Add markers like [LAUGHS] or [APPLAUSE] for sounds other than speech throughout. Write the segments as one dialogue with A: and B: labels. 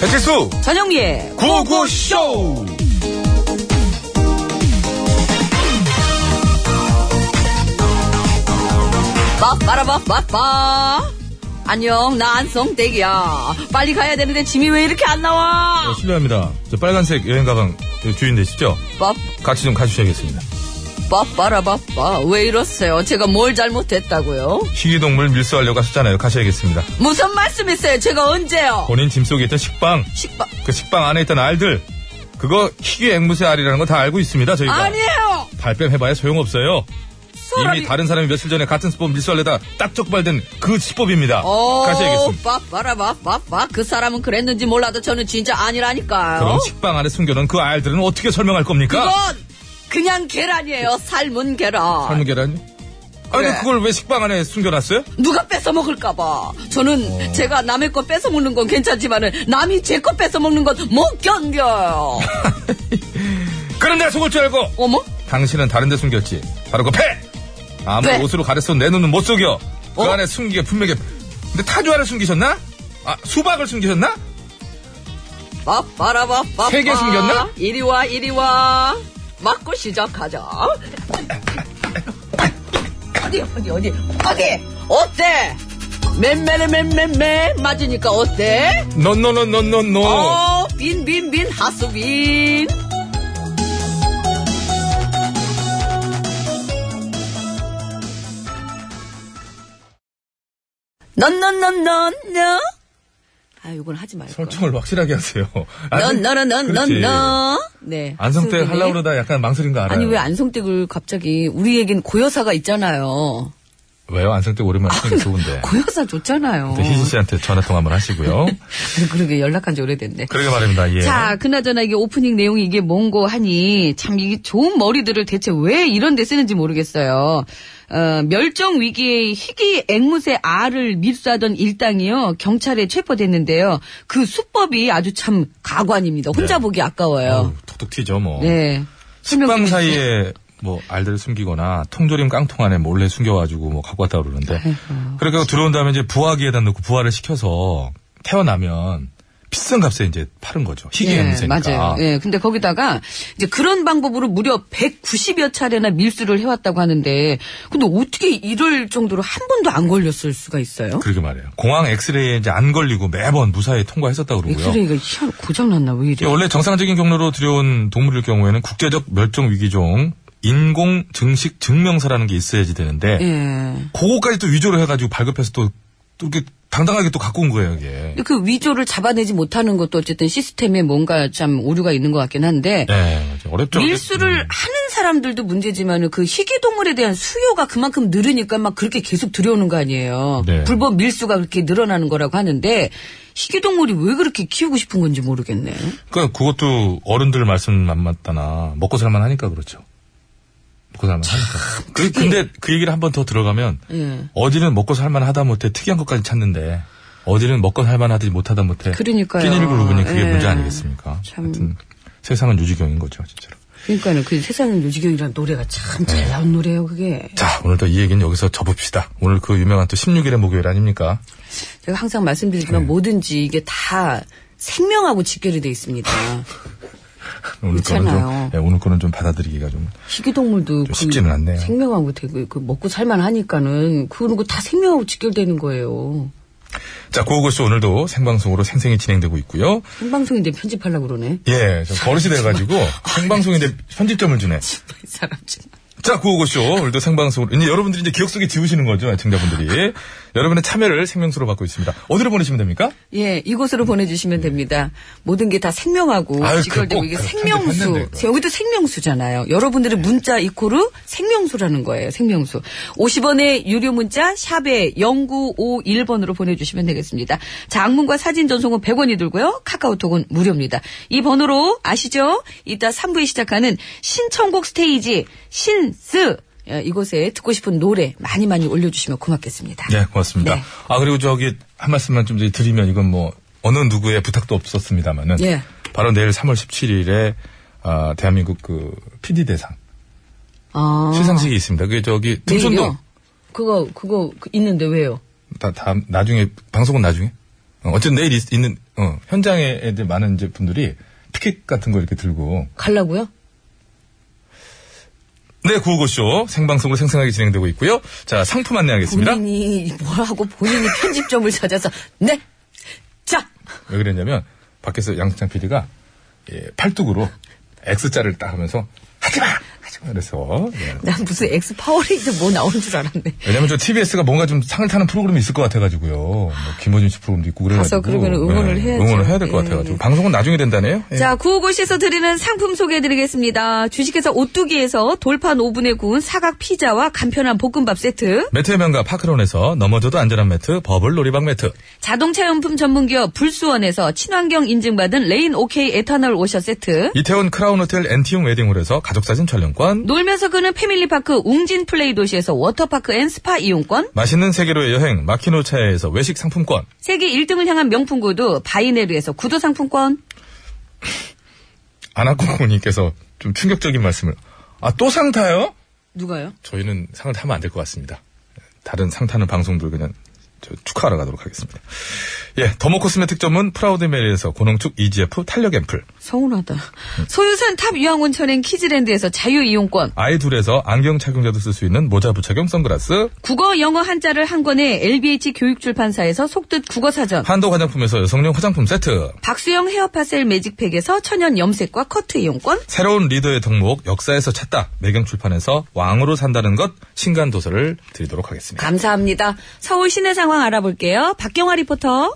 A: 배칠수
B: 전영미의
A: 구호구쇼
B: 빠빠라빠빠빠 안녕 나 안성댁이야 빨리 가야 되는데 짐이 왜 이렇게 안 나와
A: 실례합니다 저 빨간색 여행 가방 그 주인 되시죠?
B: 빠
A: 같이 좀 가주셔야겠습니다
B: 빠빠라빠빠 왜 이러세요 제가 뭘 잘못했다고요
A: 희귀동물 밀수하려고 하셨잖아요 가셔야겠습니다
B: 무슨 말씀이세요 제가 언제요
A: 본인 짐 속에 있던 식빵
B: 식빵
A: 그 식빵 안에 있던 알들 그거 희귀 앵무새 알이라는 거 다 알고 있습니다 저희가
B: 아니에요
A: 발뺌해봐야 소용없어요
B: 사람이
A: 이미 다른 사람이 며칠 전에 같은 수법 밀수하려다 딱 적발된 그 수법입니다
B: 어,
A: 가셔야겠습니다
B: 빠빠라빠빠빠 그 사람은 그랬는지 몰라도 저는 진짜 아니라니까요
A: 그럼 식빵 안에 숨겨놓은 그 알들은 어떻게 설명할 겁니까?
B: 그건 그냥 계란이에요 삶은 계란
A: 삶은 계란요? 아니
B: 그래.
A: 그걸 왜 식빵 안에 숨겨놨어요?
B: 누가 뺏어 먹을까봐. 저는
A: 어.
B: 제가 남의 거 뺏어 먹는 건 괜찮지만은 남이 제 거 뺏어 먹는 건
A: [LAUGHS]
B: 못 견뎌요.
A: 그럼 내가 속을 줄 알고
B: 어머?
A: 당신은 다른 데 숨겼지 바로 그 폐! 아무리
B: 네.
A: 옷으로 가렸어도 내 눈은 못 속여 그
B: 어?
A: 안에 숨기게 분명히 근데 타조알을 숨기셨나? 아 수박을 숨기셨나?
B: 빠빠라빠빠.
A: 세개 숨겼나?
B: 이리 와, 이리 와. 맞고 시작하자. 어디, 어디, 어디, 어디? 어때? 맨매를 맨맨매 맞으니까 어때?
A: 노노노노노노
B: 어, 빈, 빈, 빈, 하수빈. 넌넌넌넌너 아, 요건 하지 말고.
A: 설정을 확실하게 하세요 아니, 그렇지.
B: 넌넌넌넌너 네.
A: 안성댁
B: 하수빈의-
A: 하려고 그러다 약간 망설인 거 알아요
B: 아니, 왜 안성댁을 갑자기, 우리에겐 고여사가 있잖아요.
A: 왜요? 안성댁 오랜만에 하는 게
B: [LAUGHS]
A: 좋은데
B: 고여사 좋잖아요.
A: 근데 희진 씨한테 전화 통화 한번 하시고요
B: [LAUGHS] 그러게 연락한 지 오래됐네.
A: 그러게 말입니다 예.
B: 자, 그나저나 이게 오프닝 내용이 이게 뭔고 하니 참 이게 좋은 머리들을 대체 왜 이런 데 쓰는지 모르겠어요. 어, 멸종 위기의 희귀 앵무새 알을 밀수하던 일당이요 경찰에 체포됐는데요. 그 수법이 아주 참 가관입니다. 혼자
A: 네.
B: 보기 아까워요.
A: 아유, 톡톡 튀죠 뭐
B: 네. 설명 좀
A: 식빵
B: 해주세요.
A: 사이에 뭐 알들을 숨기거나 통조림 깡통 안에 몰래 숨겨가지고 뭐 갖고 왔다 그러는데 그러니까 들어온 다음에 이제 부화기에다 넣고 부화를 시켜서 태어나면 비싼 값에 이제 파는 거죠 희귀
B: 예,
A: 냄새니까
B: 맞아요. 예, 근데 거기다가 이제 그런 방법으로 무려 190여 차례나 밀수를 해왔다고 하는데, 근데 어떻게 이럴 정도로 한 번도 안 걸렸을 수가 있어요?
A: 그러게 말이에요 공항 엑스레이에 이제 안 걸리고 매번 무사히 통과했었다 그러고요
B: 엑스레이가 희한 고장났나 왜
A: 예,
B: 이래?
A: 원래 정상적인 경로로 들여온 동물일 경우에는 국제적 멸종 위기종 인공 증식 증명서라는 게 있어야지 되는데
B: 예.
A: 그거까지 또 위조를 해가지고 발급해서 또, 또 이렇게 당당하게 또 갖고 온 거예요 이게
B: 근데 그 위조를 잡아내지 못하는 것도 어쨌든 시스템에 뭔가 참 오류가 있는 것 같긴 한데
A: 네, 맞아요. 어렵죠.
B: 밀수를
A: 음.
B: 하는 사람들도 문제지만 그 희귀동물에 대한 수요가 그만큼 늘으니까 막 그렇게 계속 들여오는 거 아니에요.
A: 네.
B: 불법 밀수가 그렇게 늘어나는 거라고 하는데 희귀동물이 왜 그렇게 키우고 싶은 건지 모르겠네.
A: 그러니까 그것도 어른들 말씀 안 맞다나 먹고 살만 하니까 그렇죠. 먹고 살만 하니까. 그, 근데 그 얘기를 한 번 더 들어가면
B: 예.
A: 어디는 먹고 살만 하다 못해 특이한 것까지 찾는데 어디는 먹고 살만 하지 못하다 못해
B: 그러니까요.
A: 끼니를 부니 그게
B: 예.
A: 문제 아니겠습니까?
B: 참.
A: 하여튼 세상은 유지경인 거죠, 진짜로.
B: 그러니까는 그 세상은 요지경이라는 노래가 참 잘
A: 네.
B: 나온 노래예요 그게.
A: 자, 오늘도 이 얘기는 여기서 접읍시다. 오늘 그 유명한 또 16일의 목요일 아닙니까?
B: 제가 항상
A: 네.
B: 말씀드리지만 뭐든지 이게 다 생명하고 직결이 돼 있습니다.
A: [LAUGHS] 오늘 거는 좀,
B: 그렇잖아요.
A: 예, 오늘 거는 좀 받아들이기가 좀
B: 희귀동물도 그
A: 좀 쉽지는 않네요.
B: 생명하고 되고 그 먹고 살만 하니까는 그런 거 다 생명하고 직결되는 거예요.
A: 자, 고고쇼 오늘도 생방송으로 생생히 진행되고 있고요.
B: 생방송인데 편집하려고 그러네. [LAUGHS]
A: 예, 저 버릇이 돼가지고 생방송인데 편집점을 주네.
B: 이 사람 참.
A: 자, 구호고쇼 오늘도 생방송으로 이제 여러분들이 이제 기억 속에 지우시는 거죠, 청자분들이. 여러분의 참여를 생명수로 받고 있습니다. 어디로 보내시면 됩니까?
B: 예, 이곳으로 보내주시면 됩니다. 모든 게 다 생명하고
A: 아유,
B: 직결되고
A: 그거
B: 이게
A: 꼭
B: 생명수.
A: 편집했는데, 그거.
B: 여기도 생명수잖아요. 여러분들의 문자 이코르 생명수라는 거예요. 생명수. 50원의 유료 문자 샵에 0951번으로 보내주시면 되겠습니다. 장문과 사진 전송은 100원이 들고요. 카카오톡은 무료입니다. 이 번호로 아시죠? 이따 3부에 시작하는 신청곡 스테이지 신스 예, 이곳에 듣고 싶은 노래 많이 많이 올려주시면 고맙겠습니다.
A: 네, 고맙습니다.
B: 네.
A: 아, 그리고 저기 한 말씀만 좀 이제 드리면 이건 뭐 어느 누구의 부탁도 없었습니다만은.
B: 예.
A: 바로 내일 3월 17일에 아, 대한민국 그 PD 대상
B: 아.
A: 시상식이 있습니다. 그게 저기 등촌동.
B: 내일이요? 그거 그거 그 있는데 왜요?
A: 다, 다, 나중에, 방송은 나중에? 어, 어쨌든 내일 있, 는 어, 현장에 애들 많은 이제 분들이 피켓 같은 거 이렇게 들고
C: 갈라고요?
A: 네, 구호고쇼 생방송으로 생생하게 진행되고 있고요. 자, 상품 안내하겠습니다.
C: 본인이 뭐라고 본인이 편집점을 찾아서 네. 자,
A: 왜 그랬냐면 밖에서 양승찬 PD가 예, 팔뚝으로 X자를 딱 하면서 하지마! 하지마! 그래서 예.
C: 난 무슨 엑스 파워레이드 뭐 나온 줄 알았네.
A: 왜냐면 저 TBS가 뭔가 좀 상을 타는 프로그램이 있을 것 같아가지고요. 뭐 김호준 씨 프로그램도 있고
C: 가서
A: 그래가지고.
C: 그러면 응원을
A: 예,
C: 해야죠.
A: 응원을 해야 될 것
C: 예.
A: 같아가지고. 방송은 나중에 된다네요. 예.
C: 자, 구호고시에서 드리는 상품 소개해드리겠습니다. 주식회사 오뚜기에서 돌판 오븐에 구운 사각 피자와 간편한 볶음밥 세트,
A: 매트의 명가 파크론에서 넘어져도 안전한 매트, 버블 놀이방 매트.
C: 자동차 용품 전문기업 불수원에서 친환경 인증받은 레인 오케이 에탄올 워셔
D: 예.
C: 세트,
A: 이태원 크라운 호텔 엔티움 웨딩홀에서 가족사진 촬영권.
C: 놀면서 그는 패밀리파크 웅진 플레이 도시에서 워터파크 앤 스파 이용권,
A: 맛있는 세계로의 여행, 마키노 차에서 외식 상품권.
C: 세계 1등을 향한 명품 구두 바이네르에서 구두 상품권,
A: 아나코모님께서 좀 충격적인 말씀을. 아, 또 상 타요?
C: 누가요?
A: 저희는 상을 타면 안 될 것 같습니다. 다른 상 타는 방송들 그냥 저 축하하러 가도록 하겠습니다. 예, 더모코스메틱 전문 프라우드메리에서 고농축 EGF 탄력 앰플.
C: 서운하다. 소유산 탑 유황온천행 키즈랜드에서 자유 이용권,
A: 아이 둘에서 안경 착용자도 쓸 수 있는 모자 부착용 선글라스.
C: 국어 영어 한자를 한 권에 LBH 교육출판사에서 속뜻 국어사전,
A: 한도 화장품에서 여성용 화장품 세트.
C: 박수영 헤어파셀 매직팩에서 천연 염색과 커트 이용권,
A: 새로운 리더의 덕목 역사에서 찾다. 매경출판에서 왕으로 산다는 것 신간 도서를 드리도록 하겠습니다.
C: 감사합니다. 서울 시내 상황 알아볼게요. 박경화 리포터.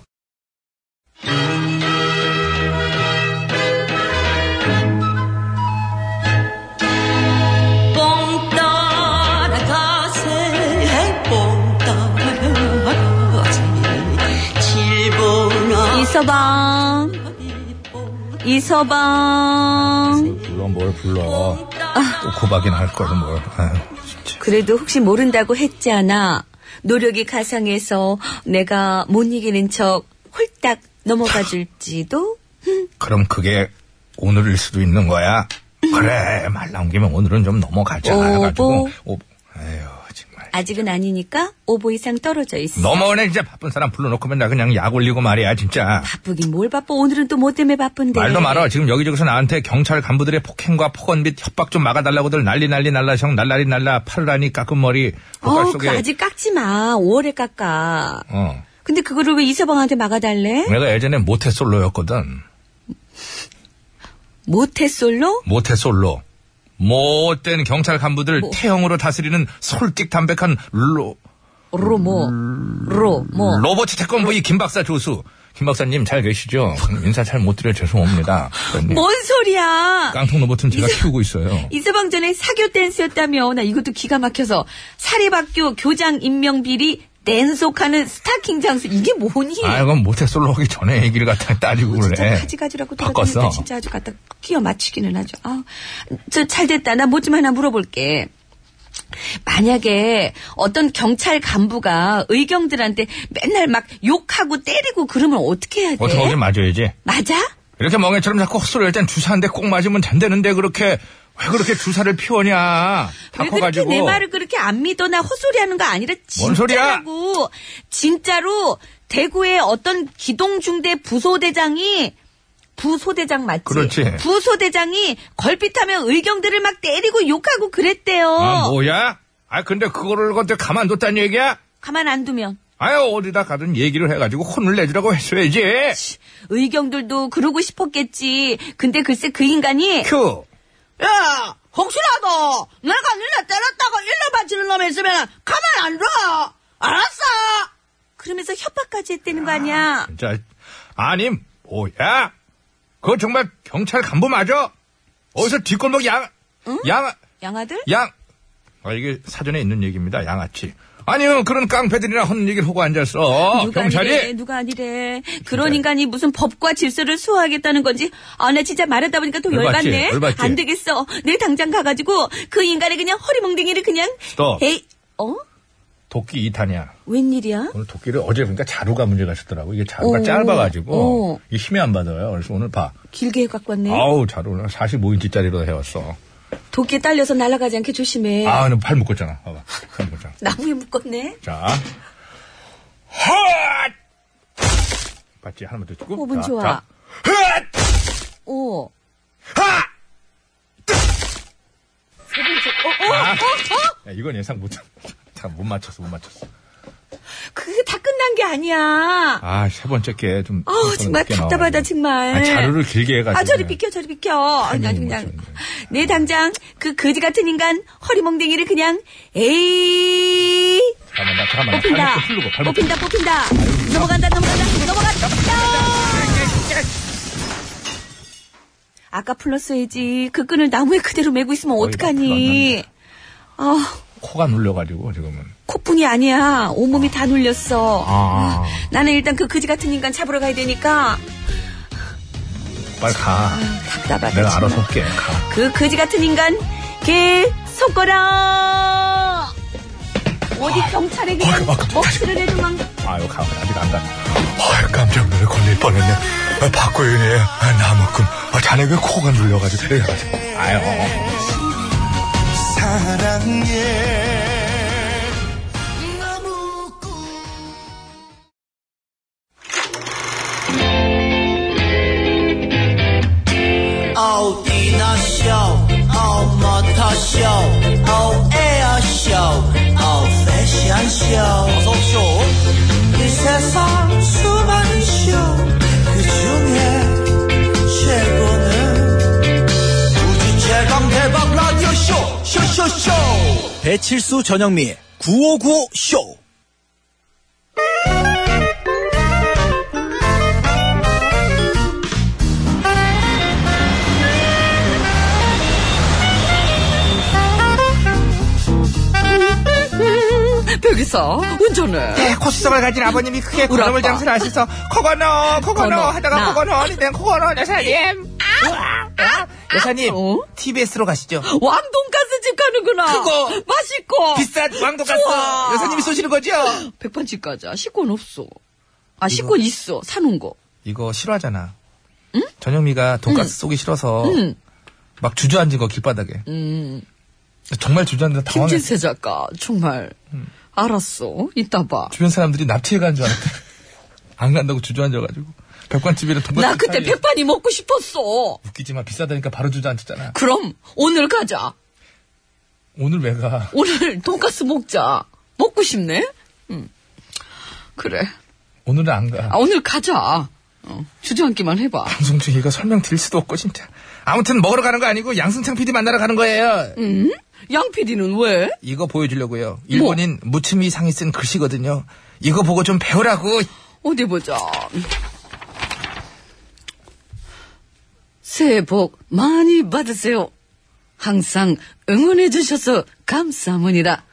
C: 이서방, 이서방.
A: 불러 뭘 불러. 또 고박이나 할 거를 뭘. 아유, 진짜.
C: 그래도 혹시 모른다고 했잖아. 노력이 가상해서 내가 못 이기는 척 홀딱 넘어가 줄지도.
A: 그럼 그게 오늘일 수도 있는 거야. 그래 말 나온 김에 오늘은 좀 넘어가자.
C: 오보.
A: 해가지고 오, 에휴 정말.
C: 아직은 아니니까 오보 이상 떨어져 있어.
A: 넘어오네 진짜 바쁜 사람 불러놓고 맨날 그냥 약 올리고 말이야 진짜.
C: 바쁘긴 뭘 바빠. 오늘은 또 뭐 때문에
B: 네.
C: 바쁜데.
A: 말도 말어. 지금 여기저기서 나한테 경찰 간부들의 폭행과 폭언 및 협박 좀 막아달라고들 난리 난리 날라정 날라리 날라 파르라니 깎은 머리 고깔
C: 어우,
A: 속에.
C: 그거 아직 깎지 마. 5월에 깎아.
A: 어.
C: 근데 그거를 왜 이서방한테 막아달래?
A: 내가 예전에 모태솔로였거든.
C: 모태솔로?
A: 모태솔로. 못된 경찰 간부들
C: 뭐.
A: 태형으로 다스리는 솔직 담백한 로,
C: 로모. 뭐? 로모. 뭐?
A: 로버트 태권부의 뭐 김박사 조수. 김박사님 잘 계시죠? 인사 잘 못 드려 죄송합니다. 그런데
C: 뭔 소리야!
A: 깡통 로버트는 제가 키우고 있어요.
C: 이서방 전에 사교 댄스였다며. 나 이것도 기가 막혀서. 사립학교 교장 임명비리 댄속하는 스타킹 장수. 이게 뭐니?
A: 아, 이건 못해 솔로 하기 전에 얘기를 갖다 따지고
C: 진짜
A: 그래.
C: 가지가지라고
A: 바꿨어.
C: 돌아다니는데 진짜 아주 갖다 끼워 맞추기는 하죠. 아, 저 잘됐다. 나 뭐 좀 하나 물어볼게. 만약에 어떤 경찰 간부가 의경들한테 맨날 막 욕하고 때리고 그러면 어떻게 해야 돼?
A: 어떻게 하긴 맞아야지.
C: 맞아?
A: 이렇게 멍해처럼 자꾸 헛소리할 땐 주사한데 꼭 맞으면 잔대는데 그렇게 왜 그렇게 주사를 피워냐.
C: 왜 그렇게
A: 다커가지고.
C: 내 말을 그렇게 안 믿어나 헛소리하는 거 아니라
A: 뭔 소리야?
C: 진짜라고 진짜로 대구의 어떤 기동중대 부소대장이 부소대장 맞지?
A: 그렇지.
C: 부소대장이 걸핏하면 의경들을 막 때리고 욕하고 그랬대요.
A: 아, 뭐야? 아, 근데 그거를 어떻게 가만뒀다는 얘기야?
C: 가만 안 두면
A: 아유, 어디다 가든 얘기를 해가지고 혼을 내주라고 했어야지.
C: 의경들도 그러고 싶었겠지. 근데 글쎄 그 인간이
A: 큐.
E: 야, 혹시라도 내가 니네 때렸다고 일러 바치는 놈이 있으면 가만 안 둬. 알았어.
C: 그러면서 협박까지 했다는 거 아니야.
A: 진짜 아니 뭐야? 그거 정말 경찰 간부 맞아? 어디서 뒷골목 양, 양,
C: 양아들?
A: 양. 아 이게 사전에 있는 얘기입니다. 양아치. 아니 그런 깡패들이나 하는 얘기를 하고 앉았어.
C: 누가
A: 경찰이.
C: 아니래, 누가 아니래. 그런 인간이 무슨 법과 질서를 수호하겠다는 건지, 아, 나 진짜 말하다 보니까 또
A: 열받지,
C: 열받네.
A: 열받지.
C: 안 되겠어. 내 당장 가가지고, 그 인간의 그냥 허리몽댕이를 그냥.
A: 스톱.
C: 에이, 어?
A: 도끼 2탄이야.
C: 웬일이야?
A: 오늘 도끼를 어제 보니까 자루가 문제가 있었더라고. 이게 자루가
C: 오.
A: 짧아가지고
C: 오.
A: 이게 힘이 안 받아요. 그래서 오늘 봐.
C: 길게 해갖고 왔네.
A: 아우 자루 오늘 45인치짜리로 해왔어.
C: 도끼에 딸려서 날아가지 않게
B: 예.
C: 조심해.
A: 아, 근데 팔 묶었잖아. 봐봐. 팔 묶었잖아.
C: 나무에 묶었네.
A: 자. 헛! 봤지? 하나만 더 찍고.
B: 5분
A: 자,
B: 좋아.
A: 자.
C: 어,
B: 오.
A: 하!
C: 어,
A: 아, 야, 이건 예상 못, [LAUGHS] 자, 못 맞췄어, 못 맞췄어.
B: 그게 다 끝난 게 아니야.
A: 아, 세 번째 게 좀.
B: 아우, 어, 정말
A: 늦게 나와가지고.
B: 답답하다, 정말.
A: 아, 자료를 길게 해가지고.
B: 아, 저리 비켜, 저리 비켜. 아니, 아니,
A: 타이밍이
B: 그냥.
A: 맞췄네.
B: 내 당장 그 거지 같은 인간 허리몽댕이를 그냥, 에이.
A: 잠깐만, 나, 잠깐만.
B: 뽑힌다.
A: 아, 발목 좀 풀고, 발목
B: 뽑힌다, 뽑힌다. 넘어간다, 넘어간다, 넘어간다. 아까 풀렀어야지. 그 끈을 나무에 그대로 메고 있으면
A: 어이구,
B: 어떡하니. 아,
A: 코가 눌려가지고, 지금은.
B: 코뿐이 아니야. 온몸이 다 눌렸어.
A: 아.
B: 나는 일단 그 거지 같은 인간 잡으러 가야 되니까
A: 빨리
B: 아,
A: 가.
B: 답답하다.
A: 내가
B: 정말.
A: 알아서 할게. 가.
B: 그 거지 같은 인간 걔 손거라 어디 경찰에 그냥
A: 아이고, 아이고,
B: 억지를 내도만
A: 아유, 가. 아직 안 가.
F: 아, 깜짝 놀래 걸릴 뻔했네. 아, 박고윤의 아, 나무꾼. 아, 자네 왜 코가 눌려가지고. 이래 가지고.
A: 아유.
F: 사랑해.
G: 어디나 쇼, 어머터 쇼, 어에어 쇼, 어패션 쇼. 어서 쇼. 이 세상 수많은 쇼, 그 중에 최고는 우주 최강 대박 라디오 쇼, 쇼쇼쇼. 배칠수 전영미, 9595 쇼.
B: 벽에서 운전해
D: 네, 코스톱을 가진 아버님이 크게
B: 우리
D: 구름을
B: 아빠.
D: 장사를 하셔서 코건어 코건어
B: 건어, 나. 아!
D: 하다가 코건어 된 코건어 여사님 아, 여사님
B: 어?
D: TBS로 가시죠
B: 왕돈가스집 가는구나
D: 그거.
B: 맛있고
D: 비싼 왕도가스
B: 좋아.
D: 여사님이 쏘시는 거죠?
B: 백반집 가자 식권 없어 아 식권 있어 사놓은 거
D: 이거 싫어하잖아 전영미가 돈가스 쏘기 싫어서 막 주저앉은 거 길바닥에 정말 주저앉는 당황했어
B: 김진세 작가 정말 알았어 이따 봐
D: 주변 사람들이 납치해 간 줄 알았대 안 간다고 주저앉아가지고 백반집이라 돈가스
B: 나 그때
D: 사이에
B: 백반이 먹고 싶었어
D: 웃기지만 비싸다니까 바로 주저앉았잖아
B: 그럼 오늘 가자
D: 오늘 왜가
B: 오늘 돈가스 먹자. 먹고 싶네? 응. 그래.
D: 오늘은 안가
B: 아, 오늘 가자. 어, 주저앉기만 해봐.
D: 방송 중에 이거 설명 드릴 수도 없고 진짜 아무튼 먹으러 가는 거 아니고 양승창 PD 만나러 가는 거예요
B: 음. 양 PD는 왜?
D: 이거
B: 뭐?
D: 보여주려고요 일본인 무츠미 상이 쓴 글씨거든요 이거 보고 좀 배우라고
B: 어디 보자. 새해 복 많이 받으세요. 항상 응원해주셔서 감사합니다.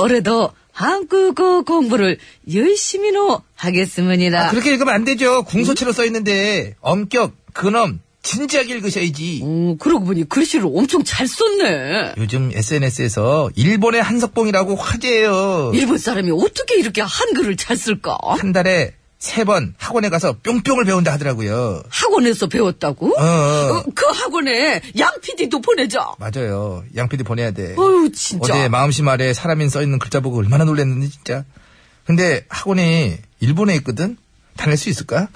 B: 올해도 한국어 공부를 열심히로 하겠습니다.
D: 아, 그렇게 읽으면 안 되죠 궁소체로 써있는데 엄격 근엄 진지하게 읽으셔야지
B: 어, 그러고 보니 글씨를 엄청 잘 썼네.
D: 요즘 SNS에서 일본의 한석봉이라고 화제예요
B: 일본 사람이 어떻게 이렇게 한글을 잘 쓸까?
D: 한 달에 세 번 학원에 가서 뿅뿅을 배운다 하더라고요
B: 학원에서 배웠다고?
D: 어, 어.
B: 어, 그 학원에 양 PD도 보내자.
D: 맞아요 양 PD 보내야 돼
B: 어휴, 진짜.
D: 어제 마음심 아래 사람인 써있는 글자 보고 얼마나 놀랐는지 진짜. 근데 학원이 일본에 있거든? 다닐 수 있을까?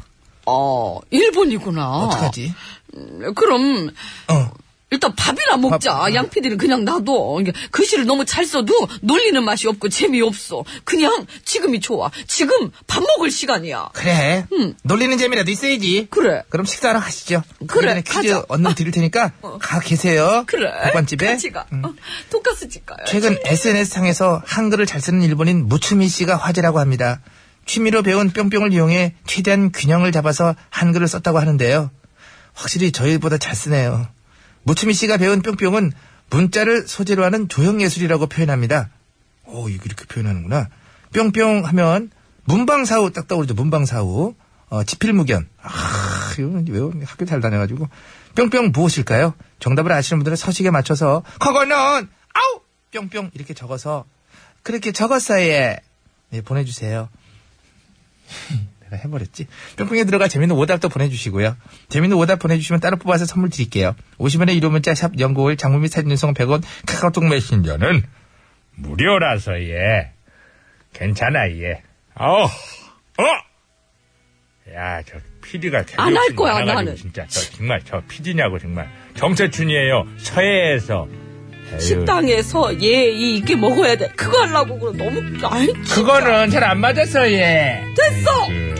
B: 어, 일본이구나.
D: 어떡하지?
B: 음, 그럼,
D: 어.
B: 일단 밥이나 먹자.
D: 밥.
B: 양 PD는 그냥 놔둬. 이게 글씨를 너무 잘 써도 놀리는 맛이 없고 재미없어. 그냥 지금이 좋아. 지금 밥 먹을 시간이야.
D: 그래. 놀리는 재미라도 있어야지.
B: 음. 그래.
D: 그럼 식사하러 가시죠.
B: 그래,
D: 오늘은 퀴즈
B: 가자. 어.
D: 언능 드릴
B: [LAUGHS]
D: 테니까 가 계세요.
B: 그래.
D: 백반집에.
B: 같이 가.
D: 음.
B: 어, 돈가스집 가요.
D: 최근 SNS상에서 한글을 잘 쓰는 일본인 무츠미 씨가 화제라고 합니다. 취미로 배운 뿅뿅을 이용해 최대한 균형을 잡아서 한글을 썼다고 하는데요. 확실히 저희보다 잘 쓰네요. 무츠미 씨가 배운 뿅뿅은 문자를 소재로 하는 조형예술이라고 표현합니다. 오, 어, 이거 이렇게 표현하는구나. 뿅뿅 하면 문방사후 딱 떠오르죠. 문방사후. 어, 지필무견. 아, 이거는 왜 학교 잘 다녀가지고. 뿅뿅 무엇일까요? 정답을 아시는 분들은 서식에 맞춰서 그거는 아우 뿅뿅 이렇게 적어서 그렇게 적었어요. 네, 보내주세요. 내가 해버렸지. 뿅뿅에 들어가 재밌는 오답도 보내주시고요. 재밌는 오답 보내주시면 따로 뽑아서 선물 드릴게요. 50원의 유료 문자 샵 연구월 장문 및 사진 전송 100원 카카오톡 메신저는
A: 무료라서, 예. 괜찮아, 예. 아우, 어! 야,
H: 아, 저 PD가
B: 안할 거야, 나는.
H: 진짜 저 정말 저 PD냐고 정말 정세춘이에요. 서해에서 에휴,
B: 식당에서 얘 이, 이게 먹어야 돼. 그거 하려고 그럼 너무 아이
H: 그거는 잘 안 맞았어 얘.
D: 예.
B: 됐어.
H: 그,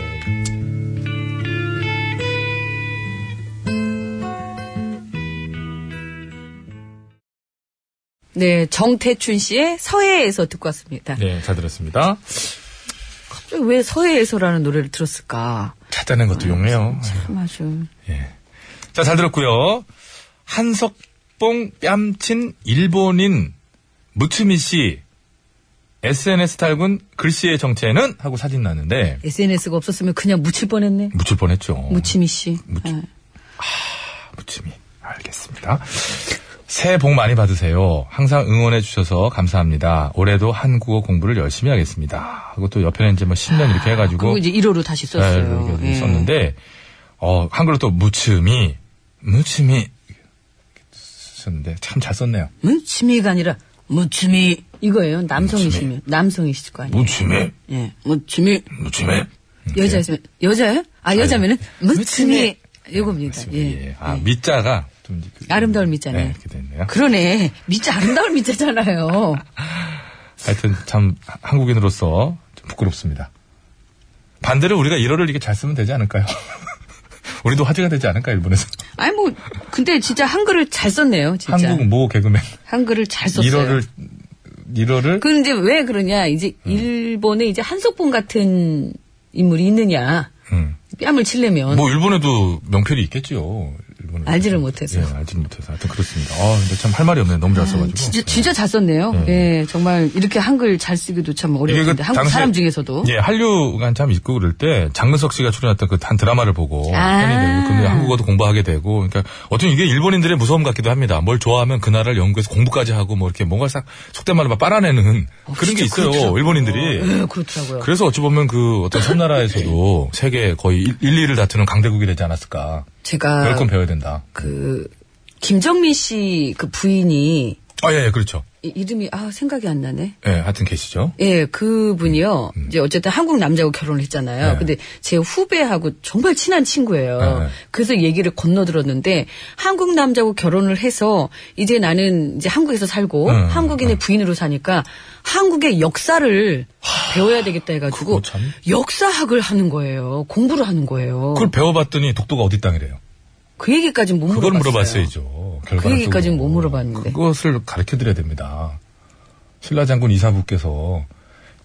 B: 네, 정태춘 씨의 서해에서 듣고 왔습니다.
A: 네, 잘 들었습니다.
B: 갑자기 왜 서해에서라는 노래를 들었을까?
A: 찾아낸 것도 용해요. 네.
B: 참 아주
A: 자, 잘 들었고요. 한석봉 뺨친 일본인 무츠미 씨 SNS 탈군 글씨의 정체는 하고 사진 났는데
B: SNS가 없었으면 그냥 묻힐 뻔했네.
A: 묻힐 뻔했죠.
B: 무치미 씨. 예.
A: 무침이. 알겠습니다. 새해 복 많이 받으세요. 항상 응원해 주셔서 감사합니다. 올해도 한국어 공부를 열심히 하겠습니다. 하고 또 옆에는 이제 뭐 10년 이렇게 해가지고 네,
B: 그거 이제 1호로 다시 썼어요.
A: 이렇게
B: 예.
A: 썼는데 어 한글로 또 무침이 무침이 이렇게 썼는데 참 잘 썼네요.
B: 무치미가 아니라 무치미 이거예요. 남성이시면 남성이실 거 아니에요.
A: 무침이
B: 예, 무치미
A: 무침이
B: 여자였으면 여자요? 아 여자면은 무치미 이겁니다. 예.
A: 예. 아 밑자가 좀 이제 그-
B: 아름다울 밑자네요.
A: 네, 이렇게 됐네요.
B: 그러네. 미자 아름다운 미자잖아요.
A: 하여튼 참 하- 한국인으로서 좀 부끄럽습니다. 반대로 우리가 1월을 이게 잘 쓰면 되지 않을까요? [LAUGHS] 우리도 화제가 되지 않을까 일본에서
B: 아니 뭐 근데 진짜 한글을 잘 썼네요. 진짜
A: 한국 모 개그맨
B: 한글을 잘 썼어요.
A: 1월을 1월을
B: 그 이제 왜 그러냐 이제
A: 음.
B: 일본에 이제 한석봉 같은 인물이 있느냐 뺨을 치려면
A: 음. 뭐 일본에도 명필이 있겠지요. 일본에도.
B: 알지를 못해서. 아,
A: 예, 알지를 못해서 하여튼 그렇습니다. 아 근데 참 할 말이 없네. 요 너무 잘 써가지고.
B: 진짜 진짜 잘 썼네요. 예, 정말 이렇게 한글 잘 쓰기도 참
A: 음. 이게
B: 어려운데
A: 그
B: 한국
A: 당시에-
B: 사람 중에서도
A: 예, 한류가 참 있고 그럴 때 예, 장근석 씨가 출연했던 그 한 드라마를 보고
B: 아.
A: 팬인데 그러면 한국어도 공부하게 되고 그러니까 어떤 이게 일본인들의 무서움 같기도 합니다. 뭘 좋아하면 그 나라를 연구해서 공부까지 하고 뭐 이렇게 뭔가 싹 속된 말로 막 빨아내는 그런 게 있어요. 일본인들이.
B: 예, 그렇더라고요.
A: 그래서 어찌 보면 그 어떤 섬나라에서도 세계 거의 1, 2를 다투는 강대국이 되지 않았을까.
B: 제가
A: 열건 배워야 된다.
B: 그 김정민 씨 그 부인이
A: 아, 예, 예, 그렇죠.
B: 이- 이름이 아 생각이 안 나네.
A: 예, 하여튼 계시죠.
B: 예, 그분이요. 이제 어쨌든 한국 남자하고 결혼을 했잖아요.
A: 음. 네.
B: 근데 제 후배하고 정말 친한 친구예요.
A: 네.
B: 그래서 얘기를 건너들었는데 한국 남자하고 결혼을 해서 이제 나는 이제 한국에서 살고
A: 네,
B: 한국인의 부인으로 사니까 한국의 역사를 배워야 되겠다 해가지고
A: 그거 참.
B: 역사학을 하는 거예요. 공부를 하는 거예요.
A: 그걸 배워봤더니 독도가 어디 땅이래요.
B: 그 얘기까지는 못
A: 그걸
B: 물어봤어요.
A: 물어봤어야죠.
B: 그 얘기까지는 못 물어봤는데.
A: 그것을 가르쳐 드려야 됩니다. 신라 장군 이사부께서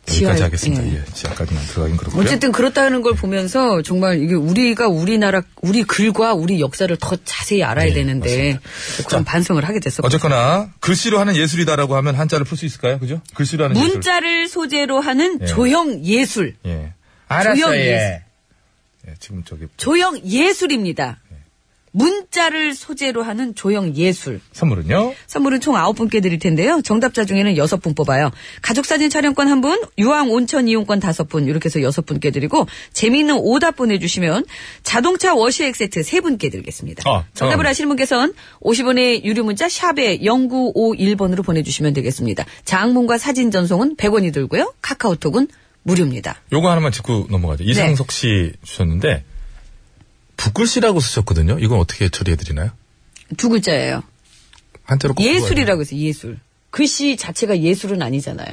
A: 여기까지
B: 지하에,
A: 하겠습니다.
B: 예.
A: 예, 지하까지만 들어가긴 그렇고요.
B: 어쨌든 그렇다는 걸 보면서 정말 이게 우리가 우리나라 우리 글과 우리 역사를 더 자세히 알아야
A: 네,
B: 되는데 그런 반성을 하게 됐었고
A: 어쨌거나 글씨로 하는 예술이다라고 하면 한자를 풀 수 있을까요? 그죠? 글씨로 하는 예술. 네.
B: 문자를 소재로 하는 조형 예술
A: 예.
B: 조형
H: 알았어
B: 예술.
H: 얘.
A: 예, 지금 저기
B: 조형 예술입니다.
A: 네.
B: 문자를 소재로 하는 조형 예술.
A: 선물은요?
B: 선물은 총 9분께 드릴 텐데요. 정답자 중에는 6분 뽑아요. 가족사진 촬영권 1분, 유황 온천 이용권 5분, 이렇게 해서 6분께 드리고, 재미있는 오답 보내주시면 자동차 워시액 세트 3분께 드리겠습니다.
A: 아,
B: 정답을
A: 잠깐만요.
B: 아시는 분께서는 50원의 유료 문자 샵에 0951번으로 보내주시면 되겠습니다. 장문과 사진 전송은 100원이 들고요. 카카오톡은 무료입니다.
A: 요거 하나만 짚고 넘어가죠.
B: 네.
A: 이상석 씨 주셨는데 붓글씨라고 쓰셨거든요. 이건 어떻게 처리해 드리나요?
B: 두
A: 어,
B: 글자예요.
A: 한자로 꼭 써야 돼요.
B: 예술이라고 해서 예술. 글씨 자체가 예술은 아니잖아요.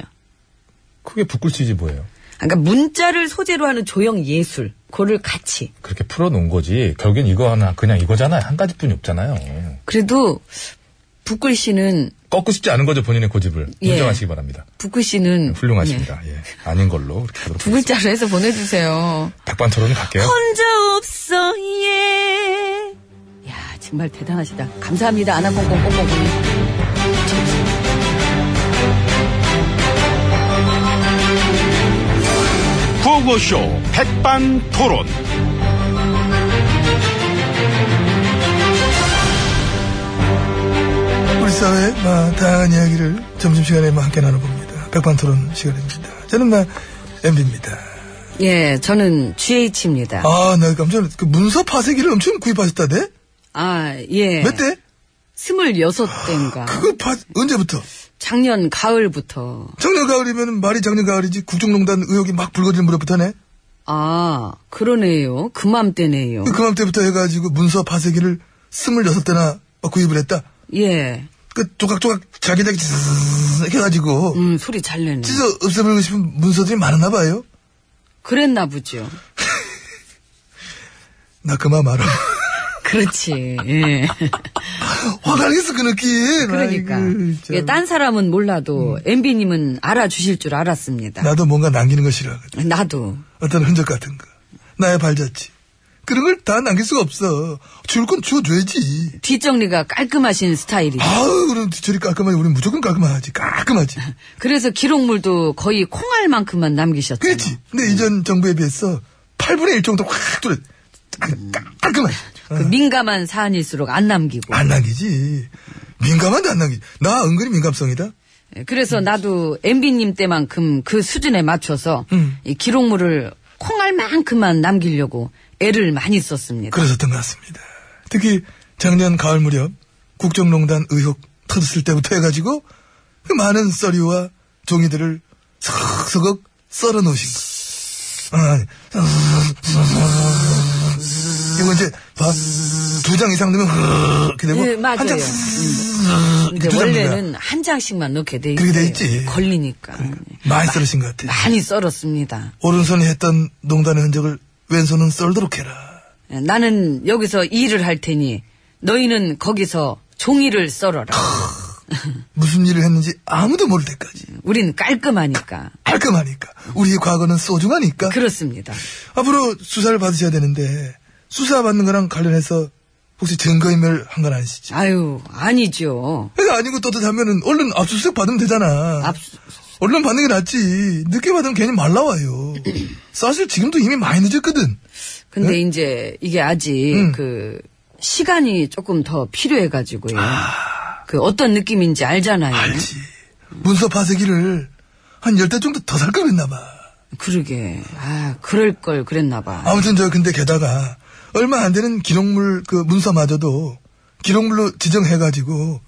A: 그게 붓글씨지 뭐예요?
B: 그러니까 문자를 소재로 하는 조형 예술. 그거를 같이.
A: 그렇게 풀어놓은 거지. 결국엔 이거 하나, 그냥 이거잖아요. 한 가지뿐이 없잖아요.
B: 그래도 북글씨는
A: 꺾고 싶지 않은 거죠, 본인의 고집을.
B: 예.
A: 인정하시기 바랍니다.
B: 북글씨는 네,
A: 훌륭하십니다. 예. 아닌 걸로 이렇게 하도록
B: 두 글자로 해서 보내주세요.
A: 하겠습니다. 백반 토론 갈게요.
B: 혼자 없어 예. 야 정말 대단하시다. 감사합니다. 아나공공공공공.
H: 구호쇼 백반 토론.
D: 우리 사회의 막 다양한 이야기를 점심시간에 막 함께 나눠봅니다. 백반토론 시간입니다. 저는 막 MB입니다.
B: 예, 저는 GH입니다.
A: 어.
D: 아, 나 깜짝 놀랐, 그 문서 파쇄기를 엄청 구입하셨다대?
B: 아 예.
D: 몇 대?
B: 스물여섯 대인가.
D: 그거 파, 언제부터?
B: 작년 가을부터.
D: 작년 가을이면 말이 작년 가을이지 국정농단 의혹이 막 불거질 무렵부터네?
B: 아, 그러네요. 그맘때네요.
F: 그맘때부터 해가지고 문서 파쇄기를 26대나 구입을 했다.
B: 예.
F: 그 조각조각 자기자기 zzz 해가지고
B: 음, 소리 잘 내네.
F: 찢어 없애버리고 싶은 문서들이 많았나 봐요.
B: 그랬나 보죠.
F: 나 그만 말아. [LAUGHS]
B: 그렇지. 예.
F: 화가 나겠어 그 느낌.
B: 그러니까.
F: 아이고, 참.
B: 예, 딴 사람은 몰라도 엠비님은 알아주실 줄 알았습니다.
F: 나도 뭔가 남기는 거 싫어하거든.
B: 나도.
F: 어떤 흔적 같은 거. 나의 발자취. 그런 걸 다 남길 수가 없어. 지울 건 지워줘야지.
B: 뒷정리가 깔끔하신 스타일이죠.
F: 아우, 그럼 뒤처리 깔끔하게, 우리 무조건 깔끔하지. 깔끔하지.
B: 그래서 기록물도 거의 콩알만큼만 남기셨죠.
F: 그렇지. 근데 이전 정부에 비해서 8분의 1 정도 확 뚫어. 깔끔하지.
B: 그 민감한 사안일수록 안 남기고.
F: 어. 안 남기지. 민감한데 안 남기지. 나 은근히 민감성이다.
B: 예, 그래서 나도 MB님 때만큼 그 수준에 맞춰서
F: 음.
B: 이 기록물을 콩알만큼만 남기려고 애를 많이 썼습니다.
F: 그러셨던 것 같습니다. 특히 작년 가을 무렵 국정농단 의혹 터졌을 때부터 해가지고 그 많은 썰이와 종이들을 서걱서걱 썰어 놓으신 거. 아, 이거 이제 두 장 이상 넣으면 이렇게 되고
B: 예, 맞아요.
F: 한 장.
B: 음. 근데
F: 두 장입니다.
B: 원래는 한 장씩만 넣게 돼
F: 그렇게 돼
B: 있어요.
F: 있지. 그러니까.
B: 걸리니까.
F: 많이 썰으신 것 같아.
B: 많이 썰었습니다.
F: 오른손이 했던 농단의 흔적을 왼손은 썰도록 해라.
B: 예, 나는 여기서 일을 할 테니 너희는 거기서 종이를 썰어라.
F: 무슨 일을 했는지 아무도 모를 때까지.
B: 우린 깔끔하니까.
F: 깔끔하니까. 우리의 과거는 소중하니까.
B: 그렇습니다.
F: 앞으로 수사를 받으셔야 되는데 수사 받는 거랑 관련해서 혹시 증거인멸 한 건 아니시죠?
B: 아유, 아니죠.
F: 그게 아니고 떳떳하면은 얼른 압수수색 받으면 되잖아.
B: 압수-
F: 얼른 받는 게 낫지. 늦게 받으면 괜히 말
B: [CLEARS THROAT]
F: 나와요. 사실 지금도 이미 많이 늦었거든.
B: 근데 이제 이게 아직 그 시간이 조금 더 필요해가지고요. 그 어떤 느낌인지 알잖아요.
F: 아. 알지. 문서 파쇄기를 한 열 대 정도 더 살 걸 그랬나 봐.
B: 그러게. 아, 그럴 걸 그랬나 봐.
F: 아무튼 저 근데 게다가 얼마 안 되는 기록물 그 문서마저도 기록물로 지정해가지고